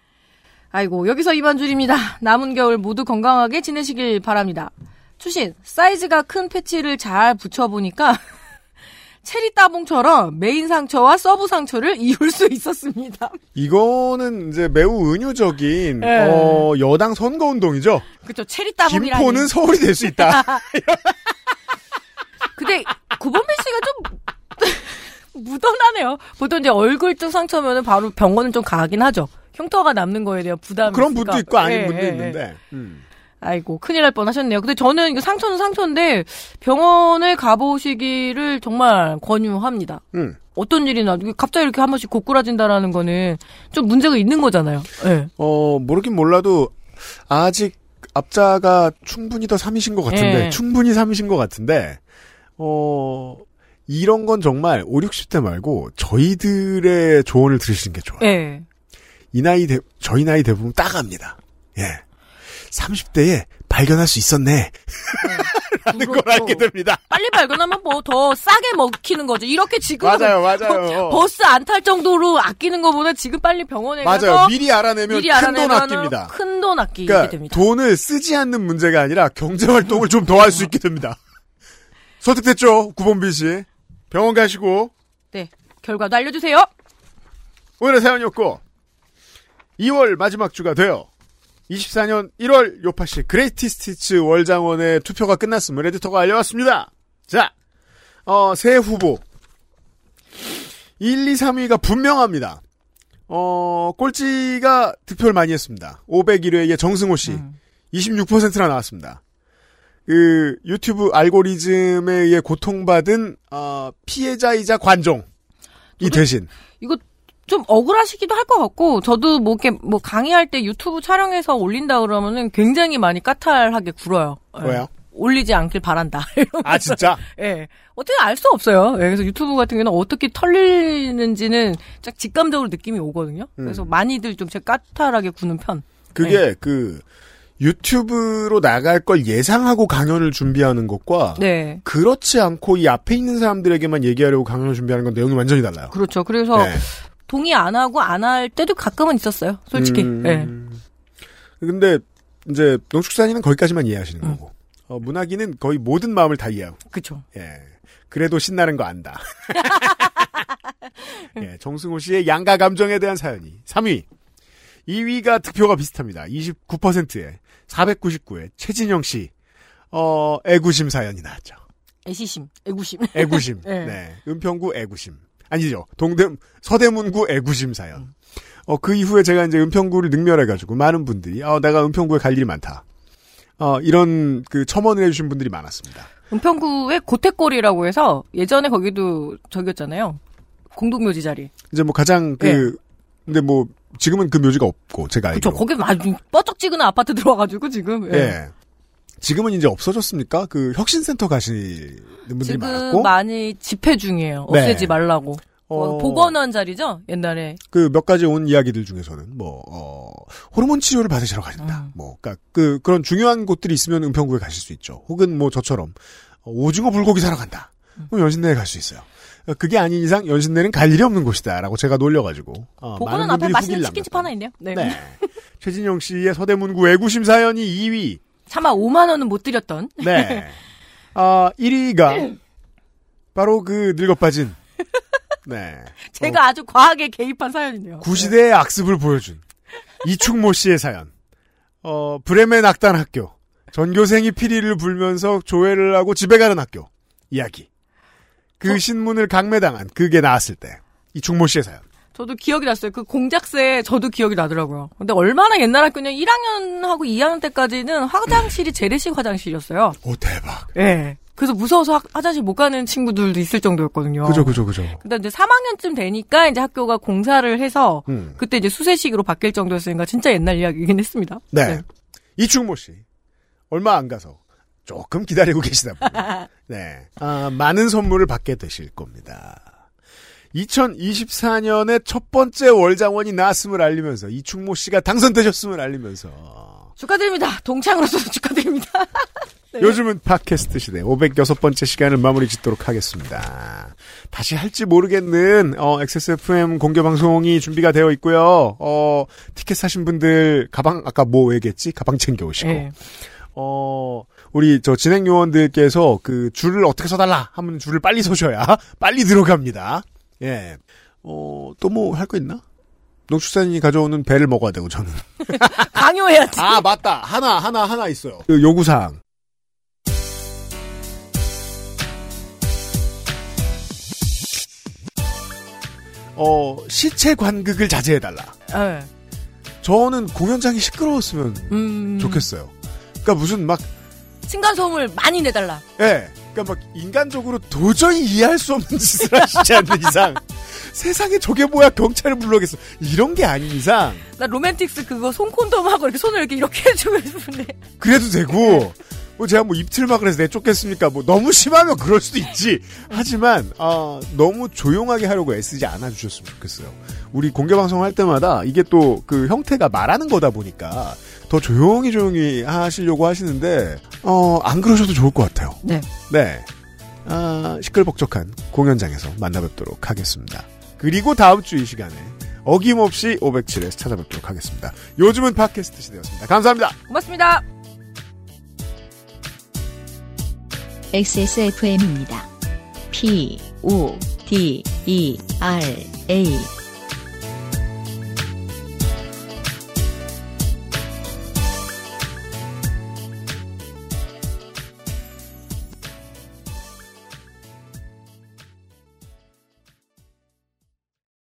S3: 아이고 여기서 이만 줄입니다. 남은 겨울 모두 건강하게 지내시길 바랍니다. 추신 사이즈가 큰 패치를 잘 붙여보니까 체리 따봉처럼 메인 상처와 서브 상처를 이을 수 있었습니다.
S4: 이거는 이제 매우 은유적인
S3: 예.
S4: 어, 여당 선거 운동이죠.
S3: 그쵸 체리 따봉이라니.
S4: 김포는 서울이 될 수 있다.
S3: 근데 구본배 씨가 좀 무던하네요. 보통 이제 얼굴 쪽 상처면은 바로 병원을 좀 가긴 하죠. 흉터가 남는 거에 대한 부담이
S4: 그런
S3: 있으니까.
S4: 분도 있고 아닌
S3: 예,
S4: 분도
S3: 예, 예.
S4: 있는데. 음.
S3: 아이고 큰일 날 뻔하셨네요. 근데 저는 이거 상처는 상처인데 병원을 가보시기를 정말 권유합니다.
S4: 음.
S3: 어떤 일이나 갑자기 이렇게 한 번씩 고꾸라진다라는 거는 좀 문제가 있는 거잖아요. 예.
S4: 어 모르긴 몰라도 아직 앞자가 충분히 더 3이신 것 같은데
S3: 예.
S4: 충분히 3이신 것 같은데 어 이런 건 정말 5, 60대 말고 저희들의 조언을 들으시는 게 좋아요.
S3: 예.
S4: 이 나이 대, 저희 나이 대부분 따갑니다. 예. 30대에 발견할 수 있었네. 라는 걸
S3: 그렇죠.
S4: 알게 됩니다.
S3: 빨리 발견하면 뭐 더 싸게 먹히는 뭐, 거죠. 이렇게 지금
S4: 맞아요, 맞아요.
S3: 버스 안 탈 정도로 아끼는 거보다 지금 빨리 병원에
S4: 맞아요.
S3: 가서
S4: 미리 알아내면
S3: 뭐? 미리
S4: 큰돈
S3: 알아내면은
S4: 아낍니다.
S3: 큰 돈 아끼게
S4: 그러니까
S3: 됩니다.
S4: 돈을 쓰지 않는 문제가 아니라 경제 활동을 좀 더 할
S3: 어.
S4: 수 있게 됩니다. 설득됐죠, 구본빈 씨. 병원 가시고
S3: 네 결과도 알려주세요.
S4: 오늘의 사연이었고 2월 마지막 주가 돼요. 24년 1월 요파시 그레이티 스티츠 월장원의 투표가 끝났음을 에디터가 알려왔습니다. 자, 어, 새 후보 1, 2, 3위가 분명합니다. 어, 꼴찌가 득표를 많이 했습니다. 501회의 정승호 씨 26%나 나왔습니다. 그 유튜브 알고리즘에 의해 고통받은 어, 피해자이자 관종 이 대신
S3: 이거 좀 억울하시기도 할 것 같고 저도 뭐 이렇게 뭐 강의할 때 유튜브 촬영해서 올린다 그러면은 굉장히 많이 까탈하게 굴어요. 예.
S4: 왜요?
S3: 올리지 않길 바란다.
S4: 아 진짜?
S3: 예. 어떻게 알 수 없어요. 예, 그래서 유튜브 같은 경우는 어떻게 털리는지는 딱 직감적으로 느낌이 오거든요. 그래서
S4: 음.
S3: 많이들 좀 제 까탈하게 구는 편.
S4: 그게
S3: 네.
S4: 그 유튜브로 나갈 걸 예상하고 강연을 준비하는 것과
S3: 네.
S4: 그렇지 않고 이 앞에 있는 사람들에게만 얘기하려고 강연을 준비하는 건 내용이 완전히 달라요.
S3: 그렇죠. 그래서
S4: 네.
S3: 동의 안 하고 안 할 때도 가끔은 있었어요. 솔직히.
S4: 음.
S3: 예.
S4: 근데 이제 농축산인은 거기까지만 이해하시는
S3: 음.
S4: 거고 어, 문학인은 거의 모든 마음을 다 이해하고.
S3: 그렇죠.
S4: 예. 그래도 신나는 거 안다. 예, 정승호 씨의 양가 감정에 대한 사연이 3위. 2위가 득표가 비슷합니다. 29%에 499에 최진영 씨 어, 애구심 사연이 나왔죠.
S3: 애시심, 애구심.
S4: 애구심.
S3: 예.
S4: 네. 은평구 애구심. 아니죠. 동대 서대문구 애구심 사연. 어, 그 이후에 제가 이제 은평구를 능멸해가지고 많은 분들이 아 내가 은평구에 갈 일이 많다. 어, 이런 그 첨언을 해주신 분들이 많았습니다.
S3: 은평구의 고택골이라고 해서 예전에 거기도 저기였잖아요. 공동묘지 자리.
S4: 이제 뭐 가장 그 근데 뭐 지금은 그 묘지가 없고 제가
S3: 예. 그쵸.
S4: 알기로
S3: 거기 아주 뻐쩍지근한 아파트 들어와가지고 지금.
S4: 예.
S3: 예.
S4: 지금은 이제 없어졌습니까? 그 혁신센터 가시는 분들이
S3: 지금
S4: 많았고
S3: 많이 집회 중이에요.
S4: 네.
S3: 없애지 말라고.
S4: 어.
S3: 보건원 자리죠? 옛날에.
S4: 그 몇 가지 온 이야기들 중에서는 뭐 어, 호르몬 치료를 받으시러 가신다.
S3: 음.
S4: 뭐 그러니까 그 그런 중요한 곳들이 있으면 은평구에 가실 수 있죠. 혹은 뭐 저처럼 어, 오징어 불고기 사러 간다.
S3: 음.
S4: 그럼 연신내에 갈 수 있어요. 어, 그게 아닌 이상 연신내는 갈 일이 없는 곳이다라고 제가 놀려가지고 어, 많은
S3: 보건원 앞에
S4: 분들이
S3: 맛있는
S4: 후기를
S3: 치킨집 하나 있네요. 네.
S4: 남겼- 네. 최진영 씨의 서대문구 애구심 사연이 2위.
S3: 차마 5만 원은 못 드렸던.
S4: 네. 아, 1위가 바로 그 늙어빠진 네.
S3: 제가 아주 과하게 개입한 사연이네요.
S4: 구시대의 악습을 보여준 이충모 씨의 사연. 어, 브레멘 악단 학교. 전교생이 피리를 불면서 조회를 하고 집에 가는 학교. 이야기.
S3: 어?
S4: 그 신문을 강매당한 그게 나왔을 때. 이충모 씨의 사연.
S3: 저도 기억이 났어요. 그 공작새 저도 기억이 나더라고요. 근데 얼마나 옛날 학교냐. 1학년하고 2학년 때까지는 화장실이 재래식 화장실이었어요.
S4: 오, 대박.
S3: 예. 그래서 무서워서 학- 화장실 못 가는 친구들도 있을 정도였거든요.
S4: 그죠, 그죠, 그죠.
S3: 근데 이제 3학년쯤 되니까 이제 학교가 공사를 해서
S4: 음.
S3: 그때 이제 수세식으로 바뀔 정도였으니까 진짜 옛날 이야기이긴 했습니다.
S4: 네. 이충모 씨. 얼마 안 가서 조금 기다리고 계시다 보니. 네. 아, 많은 선물을 받게 되실 겁니다. 2024년에 첫 번째 월장원이 나왔음을 알리면서 이충모 씨가 당선되셨음을 알리면서
S3: 축하드립니다. 동창으로서 축하드립니다. 네.
S4: 요즘은 팟캐스트 시대 506번째 시간을 마무리 짓도록 하겠습니다. 다시 할지 모르겠는 어, XSFM 공개 방송이 준비가 되어 있고요. 어, 티켓 사신 분들 가방 아까 뭐 얘기했지? 가방 챙겨 오시고.
S3: 예.
S4: 어, 우리 저 진행 요원들께서 그 줄을 어떻게 서달라 하면 줄을 빨리 서셔야 빨리 들어갑니다. 예. 어, 또 뭐 할 거 있나? 농축산인이 가져오는 배를 먹어야 되고 저는
S3: 강요해야지.
S4: 아 맞다 하나 하나 하나 있어요. 그 요구사항. 어, 시체 관극을 자제해달라.
S3: 예.
S4: 저는 공연장이 시끄러웠으면
S3: 음.
S4: 좋겠어요. 그러니까 무슨 막,
S3: 층간소음을 많이 내달라.
S4: 예. 그러니까 막 인간적으로 도저히 이해할 수 없는 짓을 하시지 않는 이상 세상에 저게 뭐야 경찰을 불러겠어. 이런 게 아닌 이상
S3: 나 로맨틱스 그거 손콘돔하고 이렇게 손을 이렇게 이렇게 해주고 싶은데.
S4: 그래도 되고 뭐 제가 뭐 입틀막을 해서 내쫓겠습니까? 뭐 너무 심하면 그럴 수도 있지. 하지만 아, 너무 조용하게 하려고 애쓰지 않아 주셨으면 좋겠어요. 우리 공개 방송 할 때마다 이게 또 그 형태가 말하는 거다 보니까 더 조용히 조용히 하시려고 하시는데 어, 안 그러셔도 좋을 것 같아요.
S3: 네.
S4: 네. 아, 시끌벅적한 공연장에서 만나뵙도록 하겠습니다. 그리고 다음 주 이 시간에 어김없이 507에서 찾아뵙도록 하겠습니다. 요즘은 팟캐스트 시대였습니다. 감사합니다.
S3: 고맙습니다.
S2: XSFM입니다. P, O, D, E, R, A.